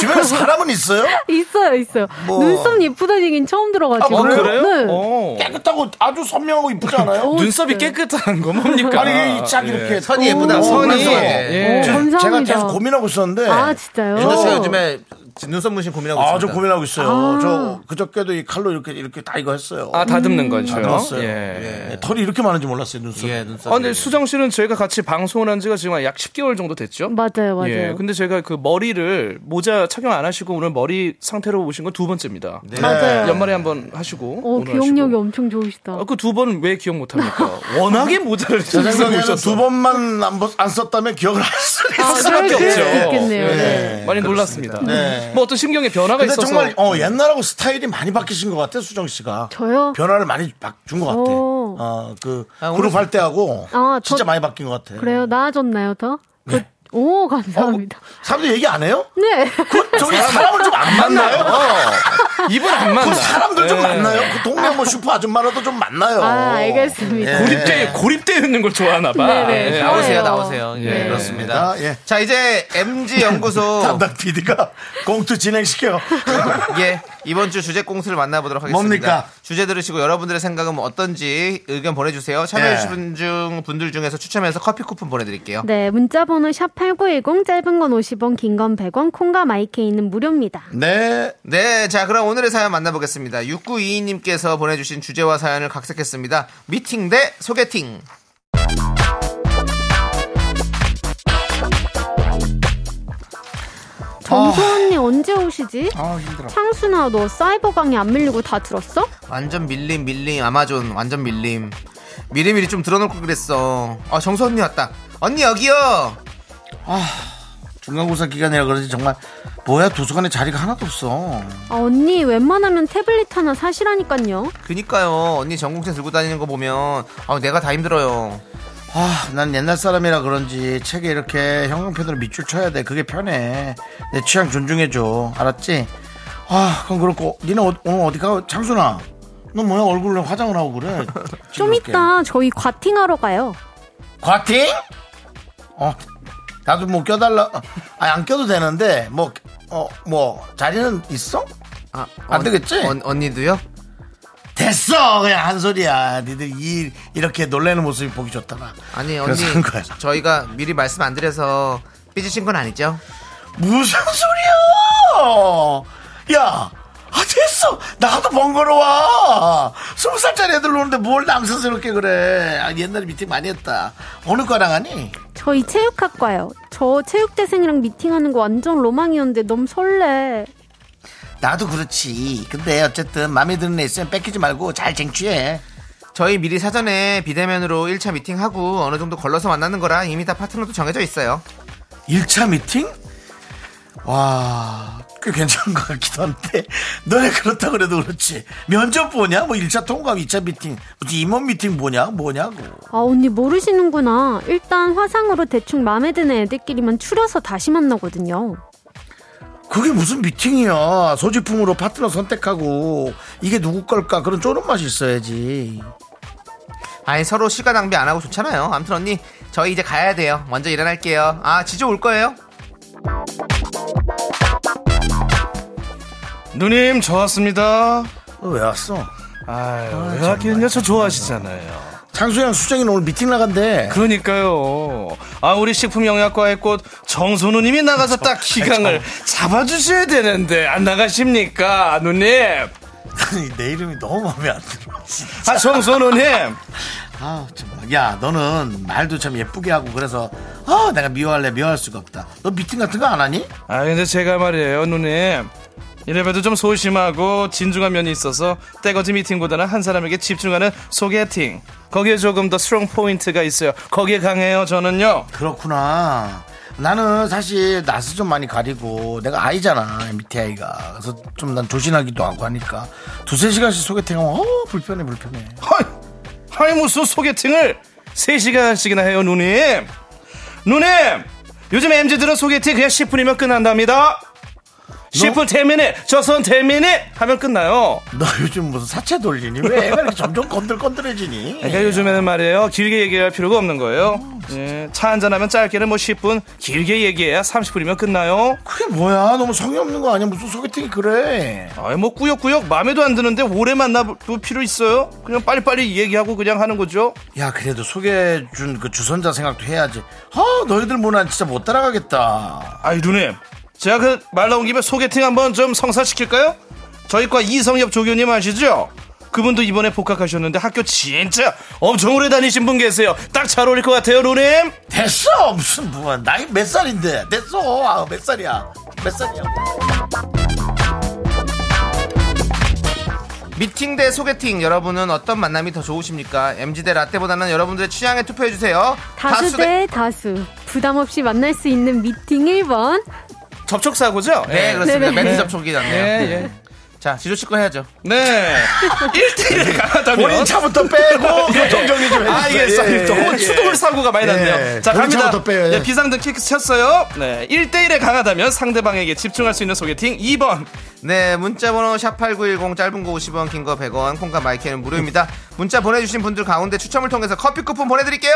A: 주변에 사람은 있어요?
I: 있어요 있어요.
A: 뭐.
I: 눈썹 예쁘다는 얘기는 처음 들어가지고.
H: 어, 그래요?
I: 네.
H: 어.
A: 깨끗하고 아주 선명하고 이쁘지
I: 어.
A: 않아요?
H: 눈썹이 깨끗한 거 뭡니까?
A: 아니 이짝 이렇게
B: 선이 예쁘다. 예.
A: 오,
B: 선이.
H: 선이.
A: 그래서
H: 예.
I: 오,
A: 제가
I: 어, 감사합니다.
A: 계속 고민하고 있었는데
I: 아 진짜요?
B: 윤정 씨가 요즘에 지금 눈썹 문신 고민하고
A: 어. 아, 저
B: 있습니다.
A: 고민하고 있어요. 저 그저께도 이 칼로 이렇게 이렇게 다 이거 했어요.
H: 아 다듬는 거죠.
A: 다듬었어요.
H: 예.
A: 예, 털이 이렇게 많은지 몰랐어요 눈썹.
B: 예, 눈썹.
H: 아, 근데 수정 씨는 저희가 같이 방송을 한 지가 지금 약 10개월 정도 됐죠?
I: 맞아요, 음, 맞아요.
H: 예, 근데 저희가 그 머리를 모자 착용 안 하시고 오늘 머리 상태로 오신 건 두 번째입니다.
A: 네.
I: 맞아요.
H: 연말에 한번 하시고.
I: 어,
H: 오늘
I: 기억력이
H: 하시고.
I: 엄청 좋으시다.
H: 아, 그두 번은 왜 기억 못 합니까? 워낙에 모자를
A: 제
H: 쓰고
A: 생각에는
H: 오셨어.
A: 그 두 번만 안, 벗- 안 썼다면 기억을 할 수가 있어요.
H: 할 수밖에
I: 아, 네, 그럴
H: 없죠.
I: 수도 있겠네요.
H: 예.
I: 네.
H: 많이 놀랐습니다.
A: 네.
H: 뭐 어떤 신경의 변화가
A: 근데
H: 있어서
A: 정말 어, 옛날하고 스타일이 많이 바뀌신 것 같아요 수정 씨가.
I: 저요?
A: 변화를 많이 준 것 같아.
I: 오.
A: 어, 그
B: 아, 오늘
A: 그룹 할 때하고
I: 아, 저-
A: 진짜 많이 바뀐 것 같아. 어,
H: 네.
A: 뭐
I: 그래요? 나아졌나요, 더? 그- 오,
H: 어,
I: 감사합니다.
A: 사람들 얘기 안 해요?
H: 뭐?
A: 뭐
I: 네.
H: 그-
A: 저기 사람을 좀 안 만나요?
H: 입은 안
A: 그
H: 만나.
A: 사람들 좀
H: 예.
A: 만나요? 그 동네 뭐 슈퍼 아줌마라도 좀 만나요. 예.
I: 아, 알겠습니다.
H: 고립돼 고립돼 있는 걸 좋아하나 봐.
I: 네네.
B: 예,
H: 예.
B: 나오세요,
I: 좋아요.
B: 나오세요. 예,
H: 네.
B: 그렇습니다.
A: 예.
B: 자, 이제 MG 연구소
A: 담당 PD가 공투 진행시켜.
B: 예, 이번 주 주제 공수를 만나보도록 하겠습니다.
A: 뭡니까?
B: 주제 들으시고 여러분들의 생각은 어떤지 의견 보내주세요. 참여해주신 중 분들 중에서 추첨해서 커피 쿠폰 보내드릴게요.
I: 네, 문자번호 샵8910, 짧은 건 50원, 긴 건 100원, 콩과 마이케이는 무료입니다.
A: 네.
B: 네, 자, 그럼 오늘의 사연 만나보겠습니다. 6922님께서 보내주신 주제와 사연을 각색했습니다. 미팅 대 소개팅.
H: 아.
I: 정수 언니 언제 오시지? 창순아, 너 사이버 강의 안 밀리고 다 들었어?
B: 완전 밀림, 밀림, 아마존, 완전 밀림. 미리미리 좀 들어놓고 그랬어. 아, 정수 언니 왔다. 언니 여기요!
A: 아, 중간고사 기간이라 그런지 정말 뭐야 도서관에 자리가 하나도 없어.
I: 아, 언니, 웬만하면 태블릿 하나 사시라니깐요.
B: 그니까요, 언니 전공책 들고 다니는 거 보면, 아, 내가 다 힘들어요.
A: 아, 난 옛날 사람이라 그런지 책에 이렇게 형광펜으로 밑줄 쳐야 돼. 그게 편해. 내 취향 존중해줘. 알았지? 아, 그럼 그렇고. 니네 어- 오늘 어디 가? 창순아. 너 뭐야 얼굴로 화장을 하고 그래?
I: 좀
A: 징그럽게.
I: 이따 저희 과팅하러 가요.
A: 과팅? 어, 나도 뭐 껴달라. 아니, 안 껴도 되는데, 뭐, 어, 뭐, 자리는 있어?
B: 아,
A: 안
B: 언-
A: 되겠지?
B: 언- 언니도요?
A: 됐어! 그냥 한 소리야. 니들 이, 이렇게 놀래는 모습이 보기 좋더라.
B: 아니 언니
A: 그래서 한 거야.
B: 저희가 미리 말씀 안 드려서 삐지신 건 아니죠?
A: 무슨 소리야! 야! 아, 됐어! 나도 번거로워! 스무 살짜리 애들 노는데 뭘 남성스럽게 그래. 아, 옛날에 미팅 많이 했다. 어느 과랑 하니?
I: 저희 체육학과요. 저 체육대생이랑 미팅하는 거 완전 로망이었는데 너무 설레.
A: 나도 그렇지. 근데 어쨌든 마음에 드는 애 있으면 뺏기지 말고 잘 쟁취해.
B: 저희 미리 사전에 비대면으로 1차 미팅하고 어느 정도 걸러서 만나는 거라 이미 다 파트너도 정해져 있어요.
A: 1차 미팅? 와, 꽤 괜찮은 것 같기도 한데. 너네 그렇다 그래도 그렇지. 면접 보냐? 뭐 1차 통감, 2차 미팅. 무슨 임원 미팅 뭐냐? 뭐냐고.
I: 아, 언니 모르시는구나. 일단 화상으로 대충 마음에 드는 애들끼리만 추려서 다시 만나거든요.
A: 그게 무슨 미팅이야. 소지품으로 파트너 선택하고 이게 누구 걸까? 그런 쪼는 맛이 있어야지.
B: 아니 서로 시간 낭비 안 하고 좋잖아요. 아무튼 언니 저희 이제 가야 돼요. 먼저 일어날게요. 아 지조 올 거예요?
H: 누님 저 왔습니다.
A: 너 왜 왔어?
H: 아유, 왜 하겠냐? 저 좋아하시잖아요.
A: 창수랑 수정이는 오늘 미팅 나간대.
H: 그러니까요. 아, 우리 식품영양과의 꽃 정선우님이 나가서 딱 기강을 잡아주셔야 되는데, 안 나가십니까, 누님?
A: 아니, 내 이름이 너무 마음에 안 들어. 진짜.
H: 아, 정선우님!
A: 아, 정말. 야, 너는 말도 참 예쁘게 하고 그래서 아, 내가 미워할래 미워할 수가 없다. 너 미팅 같은 거 안 하니?
H: 아, 근데 제가 말이에요, 누님. 이래봬도 좀 소심하고 진중한 면이 있어서 때거지 미팅보다는 한 사람에게 집중하는 소개팅. 거기에 조금 더 스트롱 포인트가 있어요. 거기에 강해요, 저는요.
A: 그렇구나. 나는 사실 낯을 좀 많이 가리고 내가 아이잖아 밑에 아이가 그래서 좀 난 조신하기도 하고 하니까 두세 시간씩 소개팅하면 어 불편해 불편해
H: 헐! 아니 무슨 소개팅을 3시간씩이나 해요 누님 누님 요즘 MZ들은 소개팅 그냥 10분이면 끝난답니다 10분 대민에 저선 대민에 하면 끝나요
A: 너 요즘 무슨 사채 돌리니? 왜 애가 이렇게 점점 건들건들해지니?
H: 그러니까 요즘에는 말이에요 길게 얘기할 필요가 없는 거예요 예, 차 한잔하면 짧게는 뭐 10분 길게 얘기해야 30분이면 끝나요
A: 그게 뭐야? 너무 성의 없는 거 아니야? 무슨 소개팅이 그래?
H: 아이 뭐 꾸역꾸역 마음에도 안 드는데 오래 만나볼 필요 있어요 그냥 빨리빨리 얘기하고 그냥 하는 거죠
A: 야, 그래도 소개해준 그 주선자 생각도 해야지. 아, 너희들 문화 진짜 못 따라가겠다.
H: 아이 누님 제가 그 말 나온 김에 소개팅 한번 좀 성사시킬까요? 저희과 이성엽 조교님 아시죠? 그분도 이번에 복학하셨는데 학교 진짜 엄청 오래 다니신 분 계세요. 딱 잘 어울릴 것 같아요, 로님.
A: 됐어 무슨 뭐 나이 몇 살인데 됐어 아, 몇 살이야 몇 살이야
B: 미팅 대 소개팅 여러분은 어떤 만남이 더 좋으십니까? MG 대 라떼보다는 여러분들의 취향에 투표해 주세요.
I: 다수 대 다수. 부담 없이 만날 수 있는 미팅 1번.
H: 접촉 사고죠?
B: 네, 그렇습니다.
I: 네네.
B: 멘트 접촉이 났네요.
H: 예, 예.
B: 자, 지조 씨거 해야죠.
H: 네. 1대1을 강하다면.
A: 본인 차부터 빼고 교통정리 좀 해주세요
H: 아, 이게
A: 예, 예,
H: 또
A: 예.
H: 추돌 사고가 많이
A: 예.
H: 났네요. 자,
A: 본인
H: 갑니다.
A: 차부터 빼요, 예.
H: 네, 비상등 킥 쳤어요. 네. 1대1에 강하다면 상대방에게 집중할 수 있는 소개팅 2번.
B: 네, 문자번호 샵8910 짧은 거 50원, 긴 거 100원, 콩과 마이크는 무료입니다. 문자 보내주신 분들 가운데 추첨을 통해서 커피 쿠폰 보내드릴게요!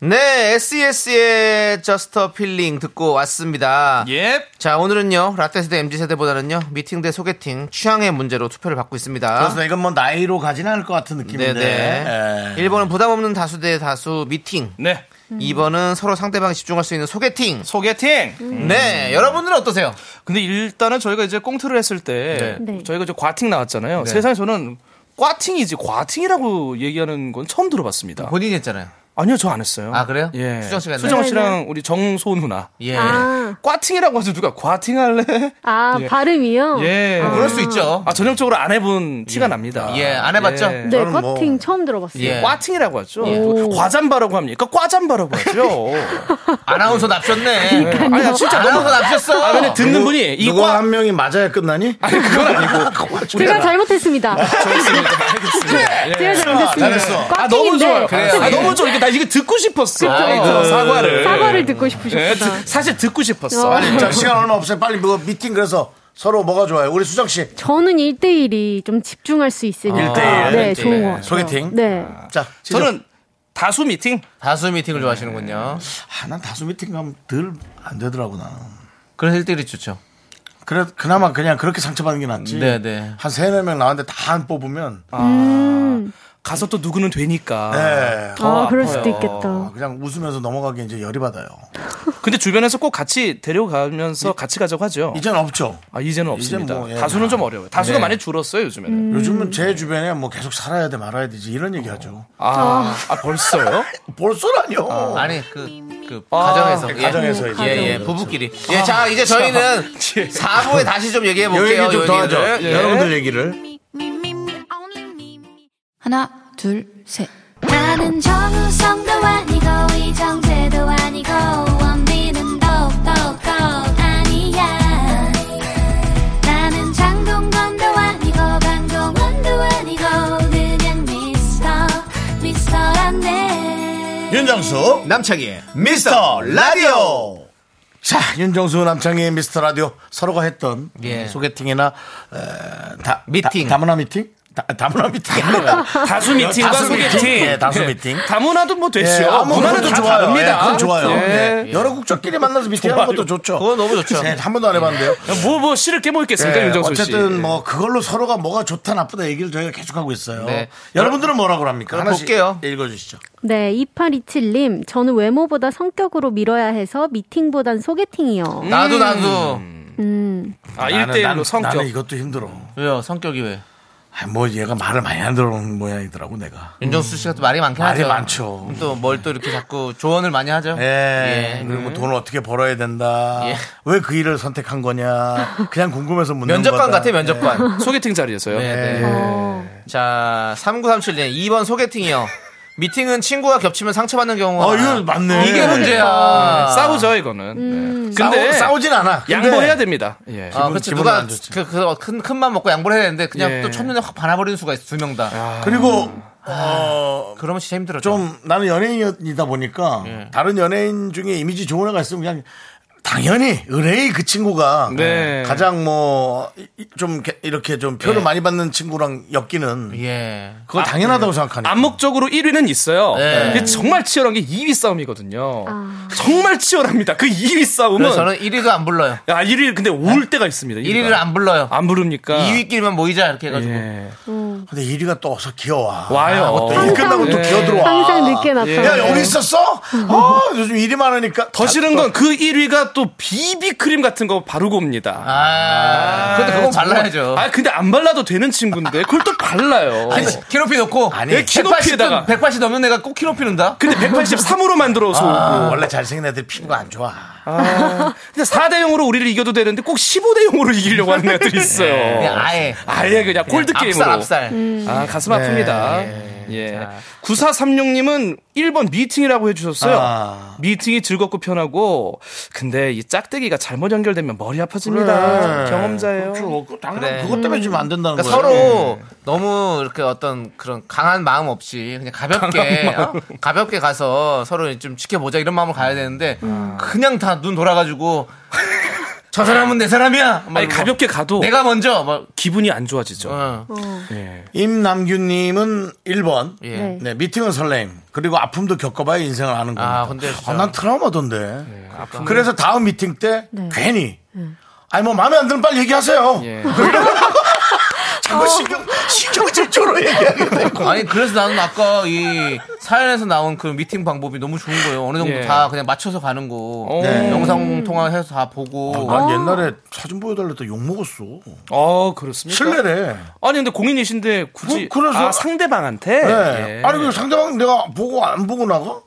B: 네, SES의 Just a Feeling 듣고 왔습니다.
H: 예.
B: 자, 오늘은요, 라떼 세대, MG 세대보다는요, 미팅 대 소개팅, 취향의 문제로 투표를 받고 있습니다.
A: 그렇습니다 이건 뭐 나이로 가진 않을 것 같은 느낌인데
B: 네네.
A: 예.
B: 1번은 부담 없는 다수 대 다수 미팅.
H: 네.
B: 2번은 서로 상대방이 집중할 수 있는 소개팅.
H: 소개팅.
B: 네, 여러분들은 어떠세요?
H: 근데 일단은 저희가 이제 꽁트를 했을 때
I: 네. 네.
H: 저희가 이제 과팅 나왔잖아요. 세상에 저는 과팅이지 과팅이라고 얘기하는 건 처음 들어봤습니다.
B: 본인이 했잖아요.
H: 아니요, 저 안 했어요.
B: 뭐- 아, 그래요?
H: 예.
B: 수정 씨가 했나요?
H: 수정 씨랑 우리 정소 누나.
B: 예.
I: 아,
H: 과팅이라고 하죠. 누가 과팅할래?
I: 아
H: 예.
I: 발음이요?
H: 예.
I: 아.
B: 그럴 수 있죠.
H: 아, 전형적으로 안 해본 티가 납니다.
B: 예, 안 해봤죠?
H: 예.
I: 네,
A: 저는 뭐-
I: 커팅 처음 들어봤어요.
H: 네.
B: 예.
H: 과팅이라고 하죠.
I: 오.
H: 과잠바라고 합니까? 과잠바라고 하죠.
B: 아나운서 납셨네.
H: 아니, 나 진짜 너무
B: 아나운서 납셨어.
H: 아, 근데 듣는
A: 누구-
H: 분이 이
A: 누구
H: 과,
A: 한 명이 맞아야 끝나니?
H: 아니, 그건 아니고.
I: 제가 잘못했습니다.
H: 좋습니다.
A: 네.
H: 알겠습니다. 예.
I: 제가 잘못했습니다.
A: 잘했어.
I: 꽉
H: 아, 너무
I: 낀데
H: 좋아요.
B: 그래요. 예.
H: 아, 너무 좋아. 이게 나 이거 듣고 싶었어.
B: 아이고,
H: 어, 사과를.
I: 사과를 듣고 싶으셨구나.
H: 예, 드- 사실 듣고 싶었어.
I: 어.
A: 아니 자 시간 얼마 없어요 빨리 뭐 미팅 그래서 서로 뭐가 좋아요 우리 수정씨
I: 저는 1대1이 좀 집중할 수 있으니까.
A: 일대일.
I: 네,
B: 일대일.
I: 좋은 것 같아요.
A: 소개팅?
I: 네.
A: 자 지정.
H: 저는 다수 미팅.
B: 다수 미팅을 좋아하시는군요.
A: 아, 난 다수 미팅 가면 늘 안 되더라고 나는
B: 그래서 1대1이 좋죠.
A: 그래 그나마 그냥 그렇게 상처받는 게 낫지
B: 네네.
A: 한 세네 명 나왔는데 다 안 뽑으면
H: 가서 또 누구는 되니까.
A: 네.
H: 더
I: 아, 그럴 수도
H: 아파요.
I: 있겠다.
A: 그냥 웃으면서 넘어가기 이제 열이 받아요
H: 근데 주변에서 꼭 같이 데려가면서 같이 가자고 하죠.
A: 이젠 없죠
H: 아, 이제는
A: 이제
H: 없습니다.
A: 뭐, 예. 음.
H: 다수는 좀 어려워요. 다수가
B: 네.
H: 많이 줄었어요, 요즘에는.
A: 요즘은 제 주변에 뭐 계속 살아야 돼 말아야 되지 이런 얘기 하죠
H: 아, 아, 벌써요?
A: 볼소라뇨
B: 아니, 그, 그,
H: 아,
B: 가정에서. 예.
A: 가정에서 아, 이제.
B: 예, 예, 부부끼리. 예, 자, 이제 저희는
H: 예.
B: 4부에 다시 좀 얘기해 볼게요.
A: 얘기 좀더 하죠
H: 예.
A: 여러분들 얘기를
F: me, me, me, me, only me, me.
J: 하나, 둘, 셋.
F: 나는 정우성도 아니고 이정재도 아니고 원빈은 더욱더 아니야 나는 장동건도 아니고 강동원도 아니고 그냥 미스터 미스터란데
A: 윤정수
B: 남창희의
A: 미스터 라디오 자 윤정수 남창희의 미스터 라디오 서로가 했던
B: 예.
A: 소개팅이나 에, 다,
B: 미팅.
A: 다, 다문화 미팅 다, 다문화 미팅
H: 다수 미팅과
A: 다수 미팅.
H: 소개팅.
A: 예, 다수 미팅
H: 다문화도 뭐 됐죠.
A: 예, 아무
H: 문화는
A: 그것도
H: 다
A: 좋아요. 예,
H: 다릅니다.
A: 그건 좋아요.
H: 예.
A: 네. 여러 국적끼리 만나서 미팅하는 것도 좋죠.
B: 그건 너무 좋죠.
A: 네, 한 번도 안 해봤는데요.
H: 뭐, 뭐, 싫을 게 뭐 있겠습니까,
A: 네,
H: 윤정수 씨.
A: 어쨌든 뭐 그걸로 서로가 뭐가 좋다 나쁘다 얘기를 저희가 계속하고 있어요.
B: 네.
A: 여러분들은 뭐라고 합니까?
B: 그럼
A: 하나씩
B: 볼게요.
A: 읽어주시죠.
I: 네, 2827님, 저는 외모보다 성격으로 밀어야 해서 미팅보단 소개팅이요.
A: 음.
B: 나도, 나도.
H: 아,
A: 나는,
H: 1대1로
A: 나는,
H: 성격.
A: 나는 이것도 힘들어.
B: 왜요? 성격이 왜?
A: 아, 뭐 얘가 말을 많이 안 들어오는 모양이더라고 내가.
B: 윤정수 씨가 또 말이 많긴
A: 말이
B: 하죠.
A: 많죠.
B: 또 뭘 또 이렇게 자꾸 조언을 많이 하죠.
A: 예.
B: 예.
A: 그리고 뭐 돈을 어떻게 벌어야 된다.
B: 예.
A: 왜 그 일을 선택한 거냐. 그냥 궁금해서 묻는 예.
B: 면접관
A: 거다. 예.
B: 같아, 면접관.
H: 소개팅 자리에서요.
B: 네, 네. 자, 3937님, 2번 소개팅이요. 미팅은 친구와 겹치면 상처받는 경우가.
A: 아,
B: 많아요.
A: 이거 맞네.
B: 이게 문제야.
H: 싸우죠, 이거는. 네. 근데
A: 아. 음. 싸우, 진 않아. 근데
H: 양보해야 됩니다. 예.
B: 아, 그렇지.
A: 기분- 기분은
B: 누가
A: 안 좋지.
B: 그, 그, 큰, 큰맘 먹고 양보를 해야 되는데, 그냥
H: 예.
B: 또 첫눈에 확 반아버리는 수가 있어, 두 명 다.
A: 그리고
B: 음.
A: 어,
B: 그러면 진짜 힘들어.
A: 좀 나는 연예인이다 보니까 다른 연예인 중에 이미지 좋은 애가 있으면 그냥 당연히 의뢰의 그 친구가
H: 네.
A: 가장 뭐 좀 이렇게 좀 표를 많이 받는 친구랑 엮이는
B: 예.
A: 그건 당연하다고 생각하니까
H: 암묵적으로 1위는 있어요.
B: 네.
H: 근데 정말 치열한 게 2위
A: 아.
H: 싸움이거든요.
I: 아,
H: 정말 치열합니다. 그 2위 싸움은.
B: 그래서 네, 저는 1위도 안 불러요.
H: 야, 1위 근데 올 때가 있습니다.
B: 1위를 안 불러요.
H: 안 부릅니까?
B: 2위끼리만 모이자, 이렇게 해가지고.
H: 그러니까. 아. 예.
I: 어.
A: 근데 1위가 또 어서 기어와.
B: 아,
H: 와요.
A: 또 일
H: 항상-
A: 끝나고 또
H: 예.
A: 기어 들어와.
H: 항상 늦게 나타나요. 음.
A: 야, 여기 있었어? 어, 요즘 일이 많으니까.
H: 더
B: 아,
H: 싫은 건 그 1위가 또 비비크림 같은 거 바르고 옵니다. 아,
B: 근데 그건 발라야죠.
H: 아, 근데 안 발라도 되는 친구인데 그걸 또 발라요.
B: 아니, 키높이 놓고
H: 아니,
B: 180
H: 키높이에다가 어,
B: 180 넘는 애가 꼭 키높이 는다.
H: 근데 183으로 만들어서
B: 아.
H: 오고.
A: 아, 원래 잘생긴 애들 피부가 안 음. 좋아.
H: 아, 근데 4대 0으로 우리를 이겨도 되는데 꼭 15대 0으로 이기려고 하는 애들이 있어요.
B: 그냥 네, 아예.
H: 아예 그냥 골드
B: 그냥
H: 게임으로.
B: 압살, 압살. 음.
H: 아, 가슴
B: 네.
H: 아픕니다. 예. 9436님은 1번 미팅이라고 해주셨어요.
B: 아.
H: 미팅이 즐겁고 편하고, 근데 이 짝대기가 잘못 연결되면 머리 아파집니다.
B: 그래.
H: 경험자예요.
B: 그래.
A: 뭐, 그것 때문에 지금 안 된다는
B: 그러니까
A: 거예요. 네.
B: 서로 너무 이렇게 어떤 그런 강한 마음 없이 그냥 가볍게
A: 강한 마음.
B: 어? 가볍게 가서 서로 좀 지켜보자 이런 마음으로 가야 되는데
A: 아.
B: 그냥 다 눈 돌아가지고 저 사람은 내 사람이야. 막
H: 아니,
B: 이러고.
H: 가볍게 가도.
B: 내가 먼저 막 어,
H: 기분이 안 좋아지죠.
A: 임남규님은 1번.
B: 예. 네.
A: 네, 미팅은 설레임. 그리고 아픔도 겪어봐야 인생을 아는 예. 겁니다.
B: 아, 근데 진짜.
A: 아, 난 트라우마던데. 그러니까.
B: 아픔이-
A: 그래서 다음 미팅 때
B: 네.
A: 괜히. 아니, 뭐, 마음에 안 들면 빨리 얘기하세요. 그러니까. 자꾸 신경, 신경 질적으로 얘기하게 되고.
B: 아니 그래서 나는 아까 이 사연에서 나온 그 미팅 방법이 너무 좋은 거예요. 어느 정도
A: 예.
B: 다 그냥 맞춰서 가는 거.
A: 네.
B: 영상 통화해서 다 보고.
A: 난 옛날에 사진 보여달랬다 욕 먹었어.
B: 그러니까.
H: 아, 그렇습니까?
A: 실례래.
H: 아니, 근데 공인이신데 굳이.
A: 그- 그래서-
H: 아, 상대방한테?
B: 예.
H: 예.
A: 네. 아니, 그 상대방 내가 보고 안 보고 나가?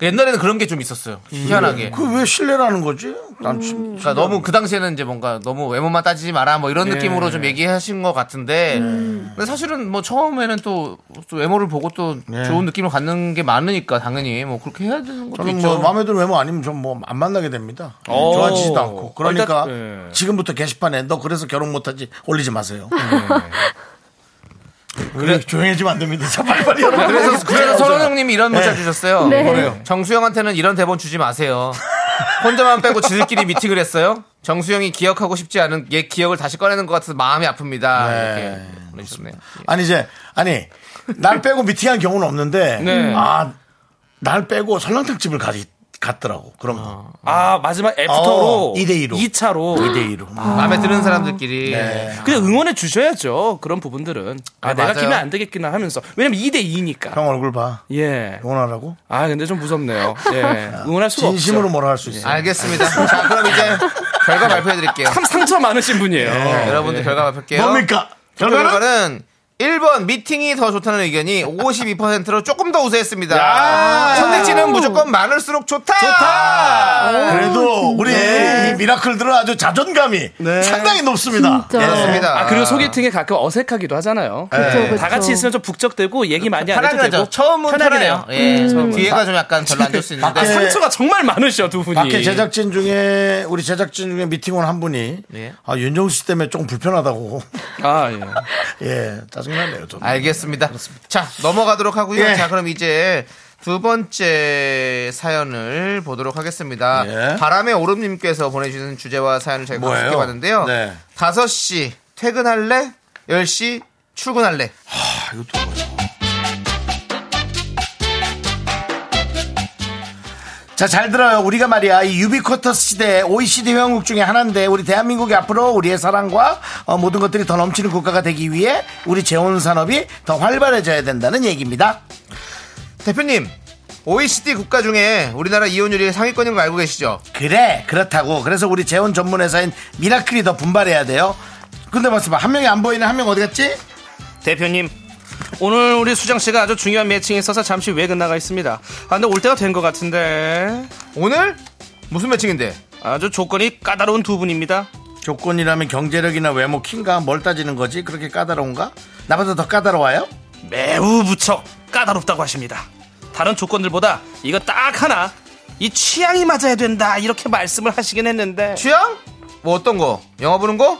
B: 옛날에는 그런 게 좀 있었어요. 희한하게.
A: 그 왜 실례라는 거지? 난 진-
B: 그러니까 너무 그 당시에는 이제 뭔가 너무 외모만 따지지 마라 뭐 이런
A: 네.
B: 느낌으로 좀 얘기하신 것 같은데 근데 사실은 뭐 처음에는 또, 또 외모를 보고 또
A: 네.
B: 좋은 느낌을 갖는 게 많으니까 당연히 뭐 그렇게 해야 되는 것도
A: 저는
B: 있죠.
A: 뭐 마음에 드는 외모 아니면 좀 뭐 안 만나게 됩니다.
B: 오.
A: 좋아지지도 않고. 그러니까
B: 일단, 예.
A: 지금부터 게시판에 너 그래서 결혼 못하지 올리지 마세요. 그래
B: 예. 그래-
A: 조용해지면 안 됩니다. 자, 빨리빨리 여러분.
B: 그래서 그래서 서른 형님이 이런 문자 주셨어요.
A: 네. 뭐래요?
B: 정수영한테는 이런 대본 주지 마세요. 혼자만 빼고 지들끼리 미팅을 했어요. 정수영이 기억하고 싶지 않은 옛 기억을 다시 꺼내는 것 같아서 마음이 아픕니다.
A: 네.
B: 이렇게 보내주셨네요.
A: 아니 이제 아니 날 빼고 미팅한 경우는 없는데
H: 네.
A: 아날 빼고 설렁탕 집을 가 갔더라고. 그런 거.
H: 아, 마지막 애프터로.
A: 어, 2대2로.
H: 2차로.
B: 아.
A: 2대2로. 아.
B: 마음에 드는 사람들끼리.
A: 네.
H: 그냥 응원해 주셔야죠. 그런 부분들은. 아,
B: 아,
H: 내가
B: 맞아요.
H: 끼면 안 되겠구나 하면서. 왜냐면 2대2니까.
A: 형 얼굴 봐.
H: 예.
A: 응원하라고?
H: 아, 근데 좀 무섭네요. 예. 응원할 수가 없죠.
A: 진심으로 뭐라 할 수
H: 예.
A: 있어요.
B: 알겠습니다. 자, 그럼 이제 결과 발표해 드릴게요.
H: 참 상처 많으신
A: 예.
H: 분이에요. 예.
B: 네, 여러분들 결과 발표할게요.
A: 뭡니까?
B: 투표
A: 예. 결과는?
B: 결과는 1번 미팅이 더 좋다는 의견이 52%로 조금 더 우세했습니다.
A: 야.
B: 선택지는 무조건 많을수록 좋다.
A: 좋다. 아, 그래도 우리 이 미라클들은 아주 자존감이 상당히 높습니다.
B: 예.
A: 예. 그렇죠.
H: 아, 그리고 소개팅에 가끔 어색하기도 하잖아요. 예.
A: 그쵸, 그쵸.
H: 다 같이 있으면 좀 북적대고 얘기 많이 안 해도
B: 편하긴
H: 되고.
B: 하죠. 처음은
H: 편하긴
B: 편해요.
H: 해요.
B: 예,
H: 처음은.
B: 뒤에가 좀 약간 별로 안 좋을 수 있는데.
H: 아,
A: 네.
H: 상처가 정말 많으셔, 두 분이.
A: 밖에 제작진 중에 우리 제작진 중에 미팅 온 한 분이 아, 윤정수 씨 때문에 조금 불편하다고
H: 아, 예.
A: 예 짜증나네요 좀.
B: 알겠습니다. 자, 넘어가도록 하고요.
A: 예.
B: 자, 그럼 이제 두 번째 사연을 보도록 하겠습니다. 바람의 오름님께서 보내주신 주제와 사연을 저희가
A: 예. 뭐예요?
B: 검색해 봤는데요.
A: 네.
B: 5시 퇴근할래? 10시 출근할래?
A: 자, 잘 들어요. 우리가 말이야, 이 유비쿼터 시대 OECD 회원국 중에 하나인데, 우리 대한민국이 앞으로 우리의 사랑과 어, 모든 것들이 더 넘치는 국가가 되기 위해 우리 재혼 산업이 더 활발해져야 된다는 얘기입니다.
B: 대표님, OECD 국가 중에 우리나라 이혼율이 상위권인 거 알고 계시죠?
A: 그래, 그렇다고. 그래서 우리 재혼 전문 회사인 미라클이 더 분발해야 돼요. 근데 봤어 봐. 한 명이 안 보이는 한 명 어디 갔지?
H: 대표님. 오늘 우리 수정 씨가 아주 중요한 매칭이 있어서 잠시 외근 나가 있습니다. 아, 근데 올 때가 된 것 같은데.
B: 오늘? 무슨 매칭인데?
H: 아주 조건이 까다로운 두 분입니다.
A: 조건이라면 경제력이나 외모, 킹가 뭘 따지는 거지? 그렇게 까다로운가? 나보다 더 까다로워요?
H: 매우 무척 까다롭다고 하십니다. 다른 조건들보다 이거 딱 하나 이 취향이 맞아야 된다 이렇게 말씀을 하시긴 했는데
B: 취향? 뭐 어떤 거? 영화 보는 거?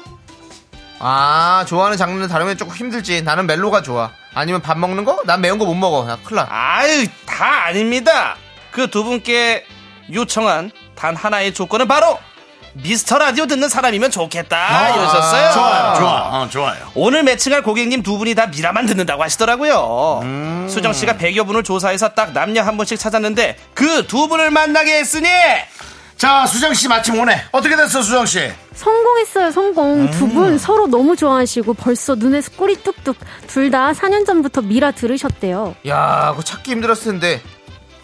B: 아, 좋아하는 장르는 다르면 조금 힘들지. 나는 멜로가 좋아. 아니면 밥 먹는 거? 난 매운 거 못 먹어. 나 큰일 나.
H: 아유 다 아닙니다. 그 두 분께 요청한 단 하나의 조건은 바로 미스터 라디오 듣는 사람이면 좋겠다 이러셨어요.
A: 좋아요, 좋아. 어, 좋아요.
H: 오늘 매칭할 고객님 두 분이 다 미라만 듣는다고 하시더라고요. 수정 씨가 100여 분을 조사해서 딱 남녀 한 분씩 찾았는데 그 두 분을 만나게 했으니
A: 자, 수정씨 마침 오네. 어떻게 됐어, 수정씨?
I: 성공했어요, 성공. 두 분 서로 너무 좋아하시고 벌써 눈에서 꿀이 뚝뚝. 둘 다 4년 전부터 미라 들으셨대요.
B: 야, 그거 찾기 힘들었을 텐데.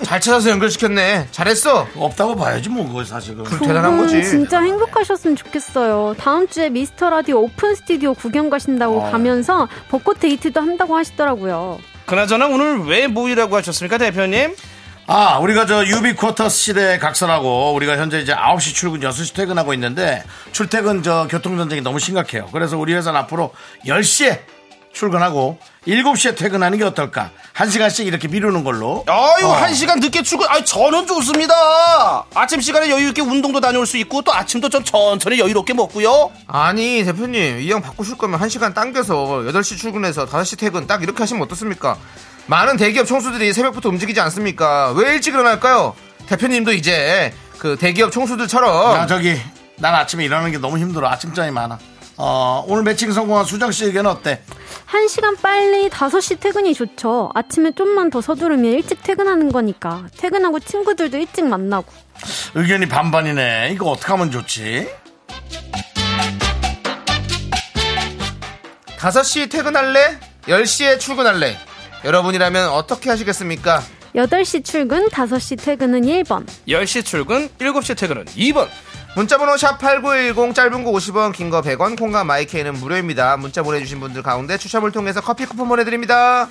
B: 잘 찾아서 연결시켰네. 잘했어.
A: 없다고 봐야지 뭐 그거 사실은.
B: 그
I: 두
B: 대단한
I: 분
B: 거지.
I: 진짜 행복하셨으면 좋겠어요. 다음 주에 미스터 라디오 오픈 스튜디오 구경 가신다고
H: 어.
I: 가면서 벚꽃 데이트도 한다고 하시더라고요.
H: 그나저나 오늘 왜 모이라고 하셨습니까, 대표님?
A: 아, 우리가 저 유비 쿼터스 시대에 각선하고 우리가 현재 이제 9시 출근, 6시 퇴근하고 있는데 출퇴근 저 교통전쟁이 너무 심각해요. 그래서 우리 회사는 앞으로 10시에 출근하고 7시에 퇴근하는 게 어떨까? 1시간씩 이렇게 미루는 걸로.
H: 아유,
A: 어.
H: 한 시간 늦게 출근. 아, 저는 좋습니다. 아침 시간에 여유 있게 운동도 다녀올 수 있고 또 아침도 좀 천천히 여유롭게 먹고요.
B: 아니, 대표님. 이왕 바꾸실 거면 1시간 당겨서 8시 출근해서 5시 퇴근 딱 이렇게 하시면 어떻습니까? 많은 대기업 총수들이 새벽부터 움직이지 않습니까? 왜 일찍 일어날까요? 대표님도 이제 그 대기업 총수들처럼
A: 나 저기, 난 아침에 일어나는 게 너무 힘들어. 아침잠이 많아. 어, 오늘 매칭 성공한 수정 씨 의견은 어때?
I: 한시간 빨리 5시 퇴근이 좋죠. 아침에 좀만 더 서두르면 일찍 퇴근하는 거니까. 퇴근하고 친구들도 일찍 만나고.
A: 의견이 반반이네. 이거 어떻게 하면 좋지?
B: 5시 퇴근할래? 10시에 출근할래? 여러분이라면 어떻게 하시겠습니까?
I: 8시 출근, 5시 퇴근은 1번.
H: 10시 출근, 7시 퇴근은 2번.
B: 문자번호 샵8910 짧은 거 50원, 긴 거 100원, 콩과 마이케이는 무료입니다. 문자 보내주신 분들 가운데 추첨을 통해서 커피 쿠폰 보내드립니다.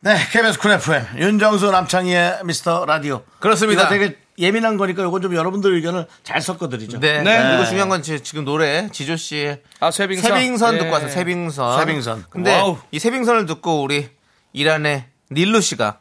A: 네, KBS 쿨 FM 윤정수 남창희의 미스터 라디오
B: 그렇습니다.
A: 이거 되게 예민한 거니까 이건 좀 여러분들 의견을 잘 섞어드리죠.
B: 네. 그리고 중요한 건 지- 지금 노래 지조 씨의
H: 아, 세빙선.
B: 세빙선
H: 네.
B: 듣고 와서 세빙선.
A: 세빙선.
B: 근데
H: 와우.
B: 이 세빙선을 듣고 우리 이란의 닐루 씨가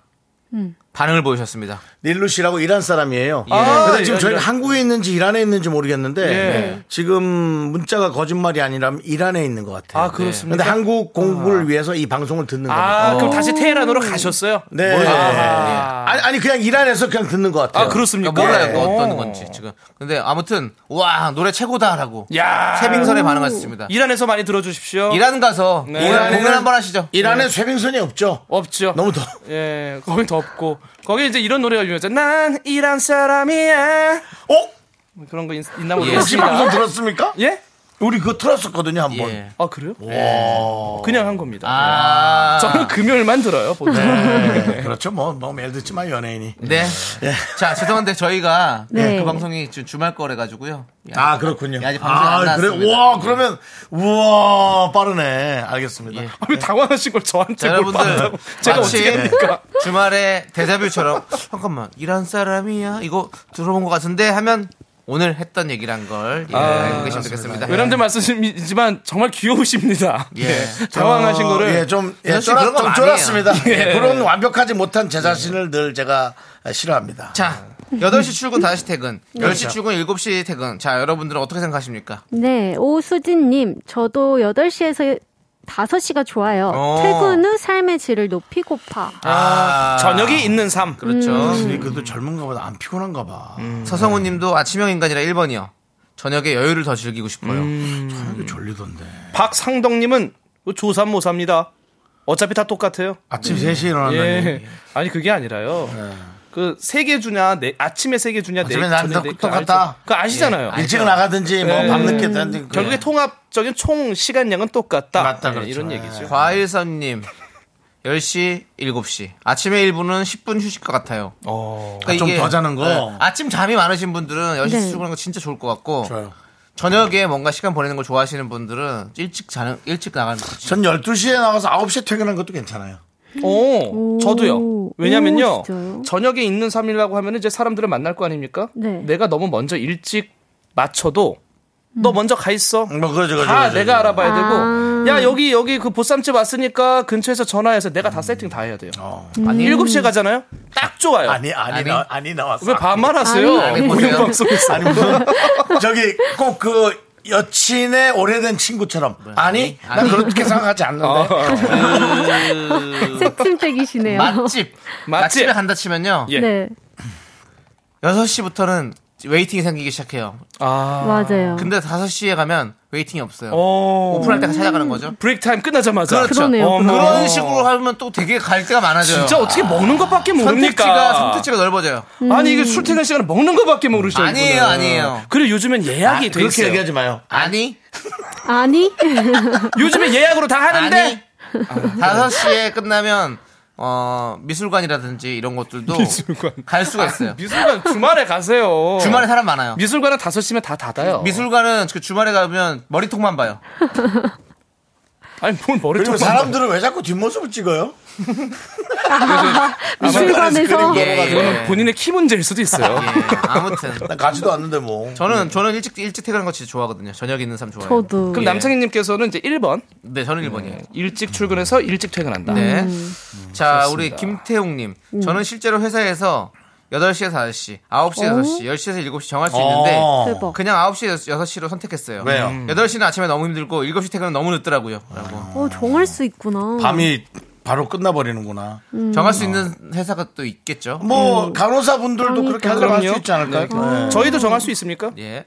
I: 음.
B: 반응을 보이셨습니다.
A: 닐루 씨라고 이란 사람이에요.
B: 아,
A: 근데 네, 지금
B: 이란,
A: 저희가
B: 이란.
A: 한국에 있는지 이란에 있는지 모르겠는데
H: 예.
A: 지금 문자가 거짓말이 아니라면 이란에 있는 것 같아요.
H: 아, 그렇습니까?
A: 근데 한국 공부를 위해서 이 방송을 듣는
H: 아,
A: 겁니다.
H: 그럼 다시 테헤란으로 가셨어요?
A: 네. 아니, 아니, 그냥 이란에서 그냥 듣는 것 같아요.
H: 아, 그렇습니까?
B: 예. 그러니까 몰라요 그
H: 어.
B: 어떤 건지 지금. 근데 아무튼 와 노래 최고다라고
H: 야.
A: 아.
B: 세빙선에 반응하셨습니다.
H: 이란에서 많이 들어주십시오.
B: 이란 가서
H: 네.
B: 공연,
A: 이란에는-
B: 공연 한번 하시죠.
A: 이란에 쇠빙선이 없죠.
H: 없죠.
A: 너무 더.
H: 예, 거긴 덥고. 거기 이제 이런 노래가 유명하죠. 난 이란 사람이야.
A: 어?
H: 뭐 그런 거 있, 나
B: 예,
A: 혹시
H: 모르겠습니다.
A: 방송 들었습니까?
H: 예?
A: 우리 그거 틀었었거든요, 한 번.
B: 예.
H: 아, 그래요?
A: 와.
H: 그냥 한 겁니다. 예.
B: 아.
H: 저는 그- 금요일만 들어요, 보통.
A: 네, 그렇죠. 뭐, 뭐, 매일 듣지만 연예인이.
B: 네. 자, 죄송한데 저희가
I: 네.
B: 그 방송이 지금 주말 거래 가지고요. 예.
A: 아, 그렇군요.
B: 아직 방송이 안
A: 그래?
B: 나왔습니다.
A: 와, 그러면, 우와, 빠르네. 알겠습니다.
H: 아, 왜 당황하신 걸 저한테
B: 자,
H: 뭘
B: 여러분들
H: 봤다고. 제가
B: 마치
H: 어떻게 합니까?
B: 주말에 데자뷰처럼 잠깐만 이란 사람이야 이거 들어본 것 같은데 하면 오늘 했던 얘기란 걸
H: 아,
B: 예, 알고 계시면 되겠습니다.
H: 외람된 말씀이지만 정말 귀여우십니다.
B: 예.
H: 예. 당황하신
A: 어,
H: 거를.
A: 예, 좀, 예,
B: 사실
A: 쫄았,
B: 그런 거
A: 좀
B: 많이
A: 쫄았습니다.
H: 예.
A: 예, 그런 완벽하지 못한 제 자신을 늘 제가 싫어합니다.
B: 자, 8시 출근 5시 퇴근, 10시 출근 7시 퇴근. 자, 여러분들은 어떻게 생각하십니까?
I: 네, 오수진님, 저도 8시에서 5시가 좋아요.
B: 어.
I: 퇴근 후 삶의 질을 높이고파.
B: 아,
H: 저녁이 있는 삶.
B: 그렇죠.
A: 확실히 음. 그래도 젊은가 보다 안 피곤한가 봐.
H: 음.
B: 서성우 님도 아침형 인간이라 1번이요. 저녁에 여유를 더 즐기고 싶어요.
H: 음.
A: 이게 졸리던데.
H: 박상덕님은 조삼모사입니다. 어차피 다 똑같아요.
A: 아침 3시에 일어났는데.
H: 예. 아니 그게 아니라요.
A: 예.
H: 그 세 개 주냐, 네, 아침에 세 개 주냐, 네,
A: 아침에 난다 똑같다. 예.
H: 그 아시잖아요.
A: 일찍 나가든지, 뭐,
H: 예.
A: 밤늦게 되는데.
H: 결국에 통합적인 총 시간량은
B: 아,
H: 똑같다.
A: 맞다,
H: 예,
A: 그렇죠.
H: 이런
A: 예.
H: 얘기죠.
B: 과일선 님. 10시, 7시. 아침에 1분은 10분 휴식과 같아요.
H: 어.
B: 그러니까
A: 좀
B: 이게,
A: 더 자는 거?
B: 아침 잠이 많으신 분들은 10시
I: 네.
B: 출근하는 거 진짜 좋을 것 같고.
A: 좋아요.
B: 저녁에 뭔가 시간 보내는 걸 좋아하시는 분들은 일찍 자는 일찍 나가는 거지.
A: 전 12시에 나가서 9시에 퇴근한 것도 괜찮아요.
H: 오, 저도요.
I: 오,
H: 왜냐면요.
I: 진짜요?
H: 저녁에 있는 삶이라고 하면 이제 사람들을 만날 거 아닙니까?
I: 네.
H: 내가 너무 먼저 일찍 맞춰도 너 먼저 가 있어.
A: 뭐, 그러죠, 그러죠.
H: 다
A: 그러죠.
H: 내가 알아봐야
I: 음. 아.
H: 되고 야 여기 여기 그 보쌈집 왔으니까 근처에서 전화해서 내가 다 세팅 다 해야 돼요.
A: 음. 어.
I: 음.
H: 아니 7시에 가잖아요. 딱 좋아요.
A: 아니, 아니,
B: 아니?
A: 나, 아니 나왔어.
H: 왜 반말 하세요?
B: 아니, 네,
H: 공연
B: 보세요.
H: 방송에서.
A: 아니 무슨 저기 꼭 그 여친의 오래된 친구처럼 아니 난 그렇게 생각하지 않는데
I: 색침팩이시네요.
B: 맛집.
H: 맛집.
B: 맛집에 간다 치면요.
H: 예.
I: 네.
B: 6시부터는 웨이팅이 생기기 시작해요.
I: 맞아요.
B: 근데 5시에 가면 웨이팅이 없어요. 오픈할 때가 찾아가는 거죠.
H: 브레이크 타임 끝나자마자.
B: 그렇죠.
H: 어머.
B: 그런 식으로 하면 또 되게 갈 데가 많아져요.
H: 진짜 어떻게 먹는 것밖에 모릅니까? 그러니까.
B: 선택지가 선택지가 넓어져요.
H: 아니 이게 출퇴근 시간에 먹는 것밖에 모르죠.
B: 아니에요,
H: 이거는.
B: 아니에요.
H: 그리고 요즘엔 예약이 돼 있어요.
B: 마요. 아니.
I: 아니?
H: 요즘에 예약으로 다 하는데
B: 5시에 끝나면 어, 미술관이라든지 이런 것들도 갈 수가 있어요.
H: 미술관 주말에 가세요.
B: 주말에 사람 많아요.
H: 미술관은 5시면 다 닫아요.
B: 미술관은 그 주말에 가면 머리통만 봐요.
H: 아니 뭘 머리통
A: 그리고 사람들은 왜 자꾸 뒷모습을 찍어요?
I: 미술관에서
B: 예, 예.
H: 그거는 본인의 키 문제일 수도 있어요.
B: 예, 아무튼
A: 나 가지도 않는데 뭐.
B: 저는 저는 일찍 일찍 퇴근하는 거 진짜 좋아하거든요. 저녁 있는 삶 좋아해요.
I: 저도.
H: 그럼 남창희 님께서는 이제 1번
B: 네, 저는 1번이에요.
H: 일찍 출근해서 일찍 퇴근한다.
B: 네.
I: 음.
B: 자, 우리 김태웅님. 저는 실제로 회사에서 8시에서 5시, 9시에서
I: 어?
B: 6시, 10시에서 7시 정할 수 있는데,
A: 어.
I: 대박.
B: 그냥 9시에서 6시로 선택했어요.
A: 왜요?
B: 음. 8시는 아침에 너무 힘들고, 7시 퇴근은 너무 늦더라고요. 라고.
I: 어, 정할 수 있구나.
A: 밤이 바로 끝나버리는구나.
I: 음.
B: 정할 수 있는 회사가 또 있겠죠.
A: 뭐 간호사분들도 그렇게 하려면 할 수 있지 않을까요?
H: 네.
A: 네.
H: 저희도 정할 수 있습니까?
B: 예.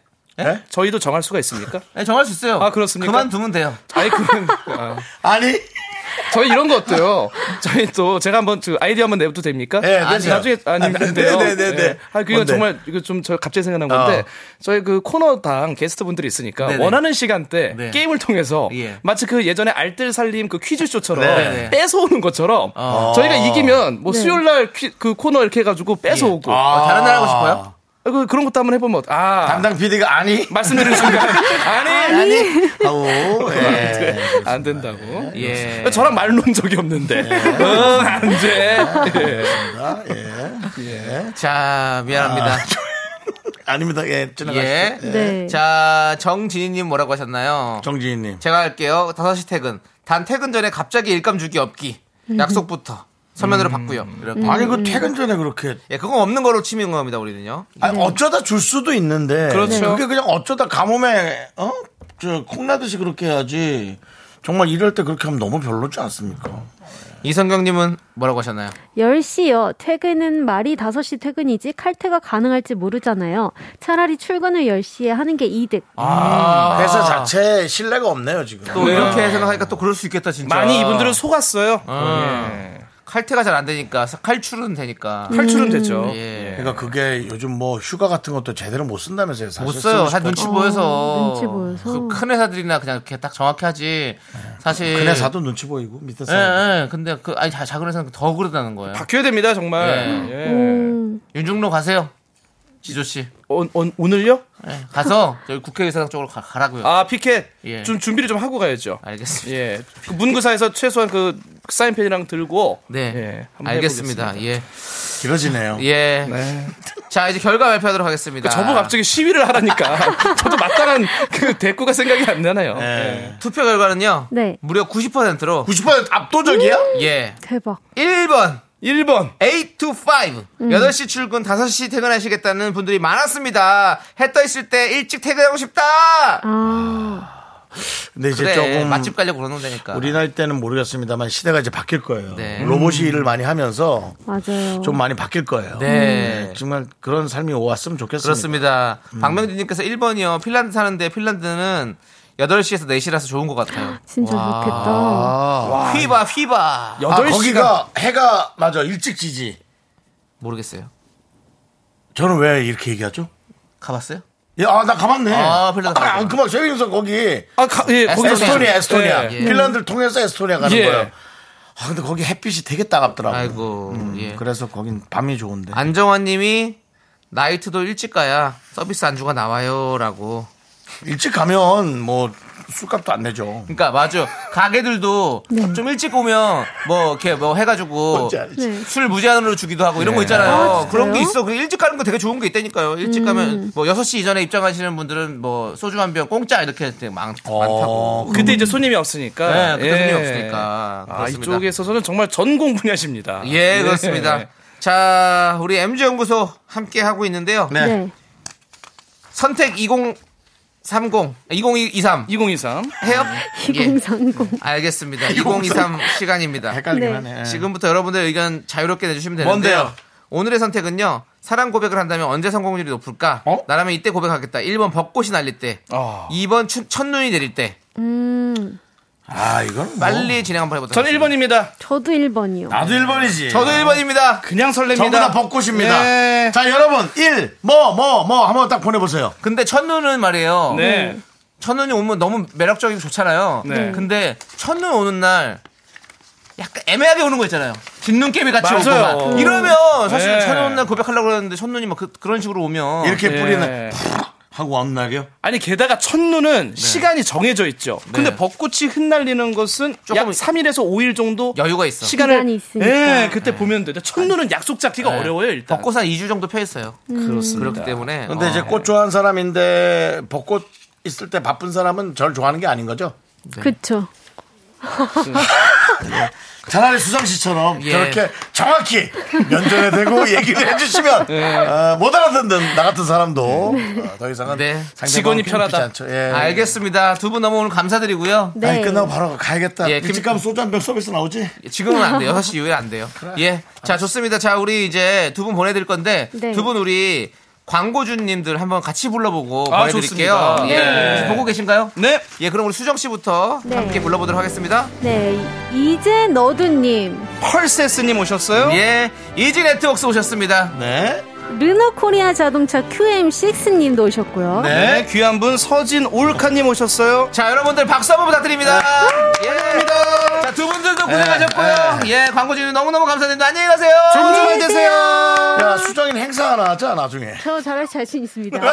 H: 저희도 정할 수가 있습니까?
B: 네, 정할 수 있어요.
H: 아, 그렇습니까?
B: 그만두면 돼요.
H: 아이 그 아.
A: 아니,
H: 저희 이런 거 어때요? 저희 또 제가 한번 그 아이디어 한번 내도 됩니까?
A: 예,
H: 아니,
A: 되죠.
H: 나중에 아니
A: 아,
H: 안 돼요.
A: 네, 네, 네, 네.
H: 예. 아 그거
A: 뭔데?
H: 정말 이거 좀 저 갑자기 생각난 건데
A: 어.
H: 저희 그 코너당 게스트분들이 있으니까
B: 네, 네.
H: 원하는 시간대
B: 네.
H: 게임을 통해서
B: 예.
H: 마치 그 예전에 알뜰살림 그 퀴즈쇼처럼
A: 네,
B: 네.
H: 뺏어오는 것처럼 저희가 이기면 뭐 수요일 날그 코너 이렇게 해가지고
A: 예.
H: 뺏어오고
A: 뭐,
B: 어, 다른 날 하고 싶어요?
H: 아, 그, 그런 것도 한번 해보면 어떠- 아
A: 아. 담당 PD가 아니
H: 말씀드린 순간 아니
A: 하고 예.
H: 안 된다고
B: 예.
H: 저랑 말 놓은 적이 없는데
A: 예.
H: 응, 안 돼. 예.
A: 아, 예.
B: 자, 미안합니다.
A: 아닙니다. 예, 지나가시죠.
B: 예.
I: 네.
B: 자, 정진희님 뭐라고 하셨나요?
A: 정지희님.
B: 제가 할게요. 5시 퇴근. 단 퇴근 전에 갑자기 일감 주기 없기.
I: 음.
B: 약속부터. 서면으로 받고요. 이렇게.
A: 아니 그 퇴근 전에 그렇게
B: 예, 그건 없는 거로 치는 겁니다, 우리는요.
A: 아니, 어쩌다 줄 수도 있는데
H: 그렇죠.
A: 그게 그냥 어쩌다 가뭄에 어? 저 콩나듯이 그렇게 해야지. 정말 이럴 때 그렇게 하면 너무 별로지 않습니까?
B: 이성경님은 뭐라고 하셨나요?
I: 10시요. 퇴근은 말이 5시 퇴근이지 칼퇴가 가능할지 모르잖아요. 차라리 출근을 10시에 하는 게 이득.
A: 아. 회사 자체에 신뢰가 없네요 지금.
B: 아. 또 네. 이렇게 생각하니까 또 그럴 수 있겠다, 진짜.
H: 많이 이분들은 속았어요.
A: 아.
H: 예.
B: 음. 칼퇴가 잘 안 되니까, 칼출은 되니까.
I: 음.
H: 탈출은 되죠.
B: 예.
A: 그러니까 그게 요즘 뭐 휴가 같은 것도 제대로 못 쓴다면서요. 사실
B: 못 써요.
A: 쓰고
B: 다
A: 싶어도.
B: 눈치 보여서.
I: 어, 눈치 보여서.
B: 그큰 회사들이나 그냥 이렇게 딱 정확히 하지. 사실.
A: 그네 사도 눈치 보이고 밑에
B: 예,
A: 사.
B: 예. 근데 그, 아니, 자- 작은 회사는 더 그러다는 거예요.
H: 바뀌어야 됩니다, 정말. 예.
B: 음. 윤중로 가세요. 지조씨.
H: 어, 오, 늘요
B: 예, 가서 저희 국회의사당 쪽으로 가, 가라고요.
H: 아, 피켓.
B: 예.
H: 좀 준비를 좀 하고 가야죠.
B: 알겠습니다.
H: 예. 그 문구사에서 최소한 그 사인펜이랑 들고.
B: 네,
H: 예, 한번
B: 알겠습니다.
H: 해보겠습니다.
B: 예,
A: 길어지네요.
B: 예. 자 이제 결과 발표하도록 하겠습니다.
H: 그러니까 그 저보고 갑자기 시위를 하라니까. 저도 마땅한 그 대꾸가 생각이 안 나나요.
A: 네.
H: 예.
B: 투표 결과는요.
I: 네.
B: 무려 90%로
A: 90% 압도적이야?
B: 예,
I: 대박.
B: 1번
H: 1번.
B: 8 to 5
I: 음.
B: 8시 출근 5시 퇴근하시겠다는 분들이 많았습니다. 해 떠 있을 때 일찍 퇴근하고 싶다.
I: 아,
A: 근데 이제
B: 그래
A: 조금
B: 맛집 가려고 그러는 데니까.
A: 우리 나이 때는 모르겠습니다만 시대가 이제 바뀔 거예요.
B: 네. 음.
A: 로봇이 일을 많이 하면서
I: 맞아요.
A: 좀 많이 바뀔 거예요. 음,
B: 네.
A: 정말 그런 삶이 왔으면 좋겠습니다.
B: 그렇습니다. 박명진님께서 1번이요. 핀란드 사는데 핀란드는 8시에서 4시라서 좋은 것 같아요.
I: 진짜 좋겠다.
B: 휘바 휘바.
A: 아,
H: 8시간.
A: 거기가 해가 맞아 일찍 지지.
B: 모르겠어요.
A: 저는 왜 이렇게 얘기하죠?
B: 가봤어요?
A: 예, 아, 나 가봤네.
B: 아, 핀란드
A: 아,
B: 가봤구나.
A: 그만 세빙서 거기
H: 아, 가, 예, 거기서
A: 에스토니아, 에스토니아.
B: 예.
A: 핀란드를 통해서 에스토니아 가는
H: 예.
A: 거예요. 아, 근데 거기 햇빛이 되게 따갑더라고요.
B: 아이고. 예. 아.
A: 그래서 거긴 밤이 좋은데.
B: 안정환님이 나이트도 일찍 가야 서비스 안주가 나와요라고.
A: 일찍 가면 뭐 술값도 안 내죠.
B: 그러니까 맞아. 가게들도 좀 일찍 오면 뭐 이렇게 뭐 해가지고
A: 뭔지 알지?
I: 네.
B: 술 무제한으로 주기도 하고 이런 거 있잖아요.
I: 아, 진짜요?
B: 그런 게 있어. 그 일찍 가는 거 되게 좋은 게 있다니까요. 일찍 가면 뭐 6시 이전에 입장하시는 분들은 뭐 소주 한 병 공짜 이렇게 되게 많, 많다고.
H: 그때 이제 손님이 없으니까.
B: 음. 네, 그때 손님이
H: 예.
B: 없으니까.
H: 아,
B: 그렇습니다.
H: 이쪽에서는 정말 전공 분야십니다.
B: 예, 그렇습니다.
H: 예.
B: 자, 우리 MG 연구소 함께 하고 있는데요.
I: 네.
B: 선택 2030, 2023
H: 2023.
B: 해요? 예.
I: 2030.
B: 알겠습니다. 2023 시간입니다. 예.
A: 헷갈리긴
I: 네.
A: 하네.
B: 지금부터 여러분들 의견 자유롭게 내주시면 되는데요.
A: 뭔데요?
B: 오늘의 선택은요. 사랑 고백을 한다면 언제 성공률이 높을까? 나라면 이때 고백하겠다. 1번 벚꽃이 날릴 때.
H: 어. 아,
B: 2번 추- 첫눈이 내릴 때.
I: 음,
A: 아, 이건 뭐.
B: 빨리 진행 한번 해보도록
H: 저는 1번입니다.
I: 저도 1번이요.
A: 나도 1번이지.
B: 저도 1번입니다.
H: 그냥 설렙니다.
A: 전부 다 벚꽃입니다. 자, 여러분, 1, 뭐, 뭐, 뭐, 한번 딱 보내보세요.
B: 근데 첫눈은 말이에요.
H: 네.
B: 첫눈이 오면 너무 매력적이고 좋잖아요.
H: 네.
B: 근데 첫눈 오는 날 약간 애매하게 오는 거 있잖아요. 뒷눈깨비 같이
H: 맞아요.
B: 오고 막. 이러면 사실
H: 네.
B: 첫눈 오는 날 고백하려고 그러는데 첫눈이 막 그, 런 식으로 오면
A: 이렇게
H: 예.
A: 그 뿌리는 팍 하고 왔날이요
H: 아니 게다가 첫눈은 시간이 정해져 있죠. 근데 벚꽃이 흩날리는 것은 약 3일에서 5일 정도
B: 여유가 있어.
H: 시간을
I: 기간이 있으니까.
H: 예, 그때 보면 되는데 첫눈은 약속 잡기가
B: 네.
H: 어려워요, 일단.
B: 벚꽃 한 2주 정도 펴 있어요.
H: 음. 그렇습니다.
B: 그렇기 때문에
A: 근데
B: 어,
A: 이제 꽃 좋아하는 사람인데 벚꽃 있을 때 바쁜 사람은 절 좋아하는 게 아닌 거죠?
I: 그쵸.
A: 차라리 수상 씨처럼
B: 예.
A: 저렇게 정확히 면전에 대고 얘기를 해주시면 어, 못 알아듣는 나 같은 사람도 어, 더 이상은
B: 네.
A: 상대방
H: 직원이
A: 괴롭히지
H: 편하다.
A: 않죠. 예.
B: 알겠습니다. 두 분 너무 오늘 감사드리고요.
I: 네.
A: 아니, 끝나고 바로 가야겠다.
B: 예,
A: 일찍
B: 김-
A: 가면 소주 한 병 서비스 나오지?
B: 예, 지금은 안 돼요. 6시 이후에 안 돼요. 예. 자, 좋습니다. 자, 우리 이제 두 분 보내드릴 건데,
I: 네.
B: 두 분 우리 광고주님들 한번 같이 불러보고
H: 아,
B: 보내드릴게요.
H: 좋습니다.
B: 예.
H: 네.
B: 혹시 보고 계신가요?
H: 네.
B: 예, 그럼 우리 수정씨부터
I: 네.
B: 함께 불러보도록 하겠습니다.
I: 네, 이제 너두님,
H: 펄세스님 오셨어요?
B: 예. 이지 네트웍스 오셨습니다.
A: 네.
I: 르노 코리아 자동차 QM6님도 오셨고요.
H: 네. 귀한 분 서진 올카님 오셨어요. 네.
B: 자, 여러분들 박수 한번 부탁드립니다. 예. 자, 두 분들도 고생하셨고요. 예, 광고주님 너무너무 감사드립니다. 안녕히 가세요.
H: 안녕히 계세요.
A: 야, 수정인 행사 하나 하자, 나중에.
I: 저 잘할 자신 있습니다.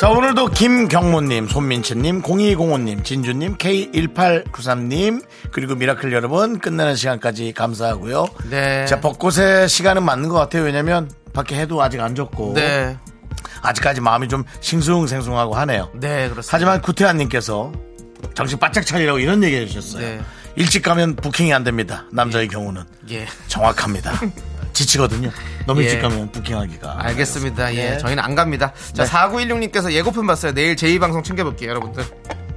A: 자, 오늘도 김경모님, 손민채님, 0205님, 진주님, K1893님, 그리고 미라클 여러분, 끝내는 시간까지 감사하고요.
B: 네.
A: 자, 벚꽃의 시간은 맞는 것 같아요. 왜냐면, 밖에 해도 아직 안 졌고,
B: 네.
A: 아직까지 마음이 좀 싱숭생숭하고 하네요.
B: 네, 그렇습니다.
A: 하지만 구태환님께서 정신 바짝 차리라고 이런 얘기 해주셨어요.
B: 네.
A: 일찍 가면 부킹이 안 됩니다. 남자의 경우는.
B: 예.
A: 정확합니다. 지치거든요. 너무
B: 예.
A: 일찍 가면 부킹하기가.
B: 알겠습니다. 예,
A: 예.
B: 저희는 안 갑니다. 자,
A: 네.
B: 4916님께서 예고편 봤어요. 내일 제2방송 챙겨볼게요, 여러분들.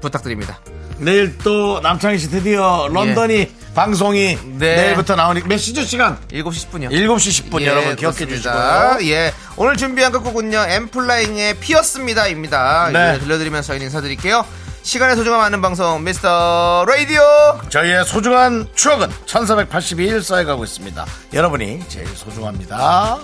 B: 부탁드립니다.
A: 내일 또 남창희 씨 드디어 런던이 방송이
B: 네.
A: 내일부터 나오니 몇 시죠 시간?
B: 7시 10분이요.
A: 7시 10분 여러분 기억해 주시고요.
B: 예. 오늘 준비한 끝곡은요, 엠플라잉의 피었습니다입니다. 이
A: 네.
B: 노래 들려드리면서 저희는 인사드릴게요. 시간의 소중함 아는 방송, 미스터 라디오!
A: 저희의 소중한 추억은 1482일 쌓여가고 있습니다. 여러분이 제일 소중합니다.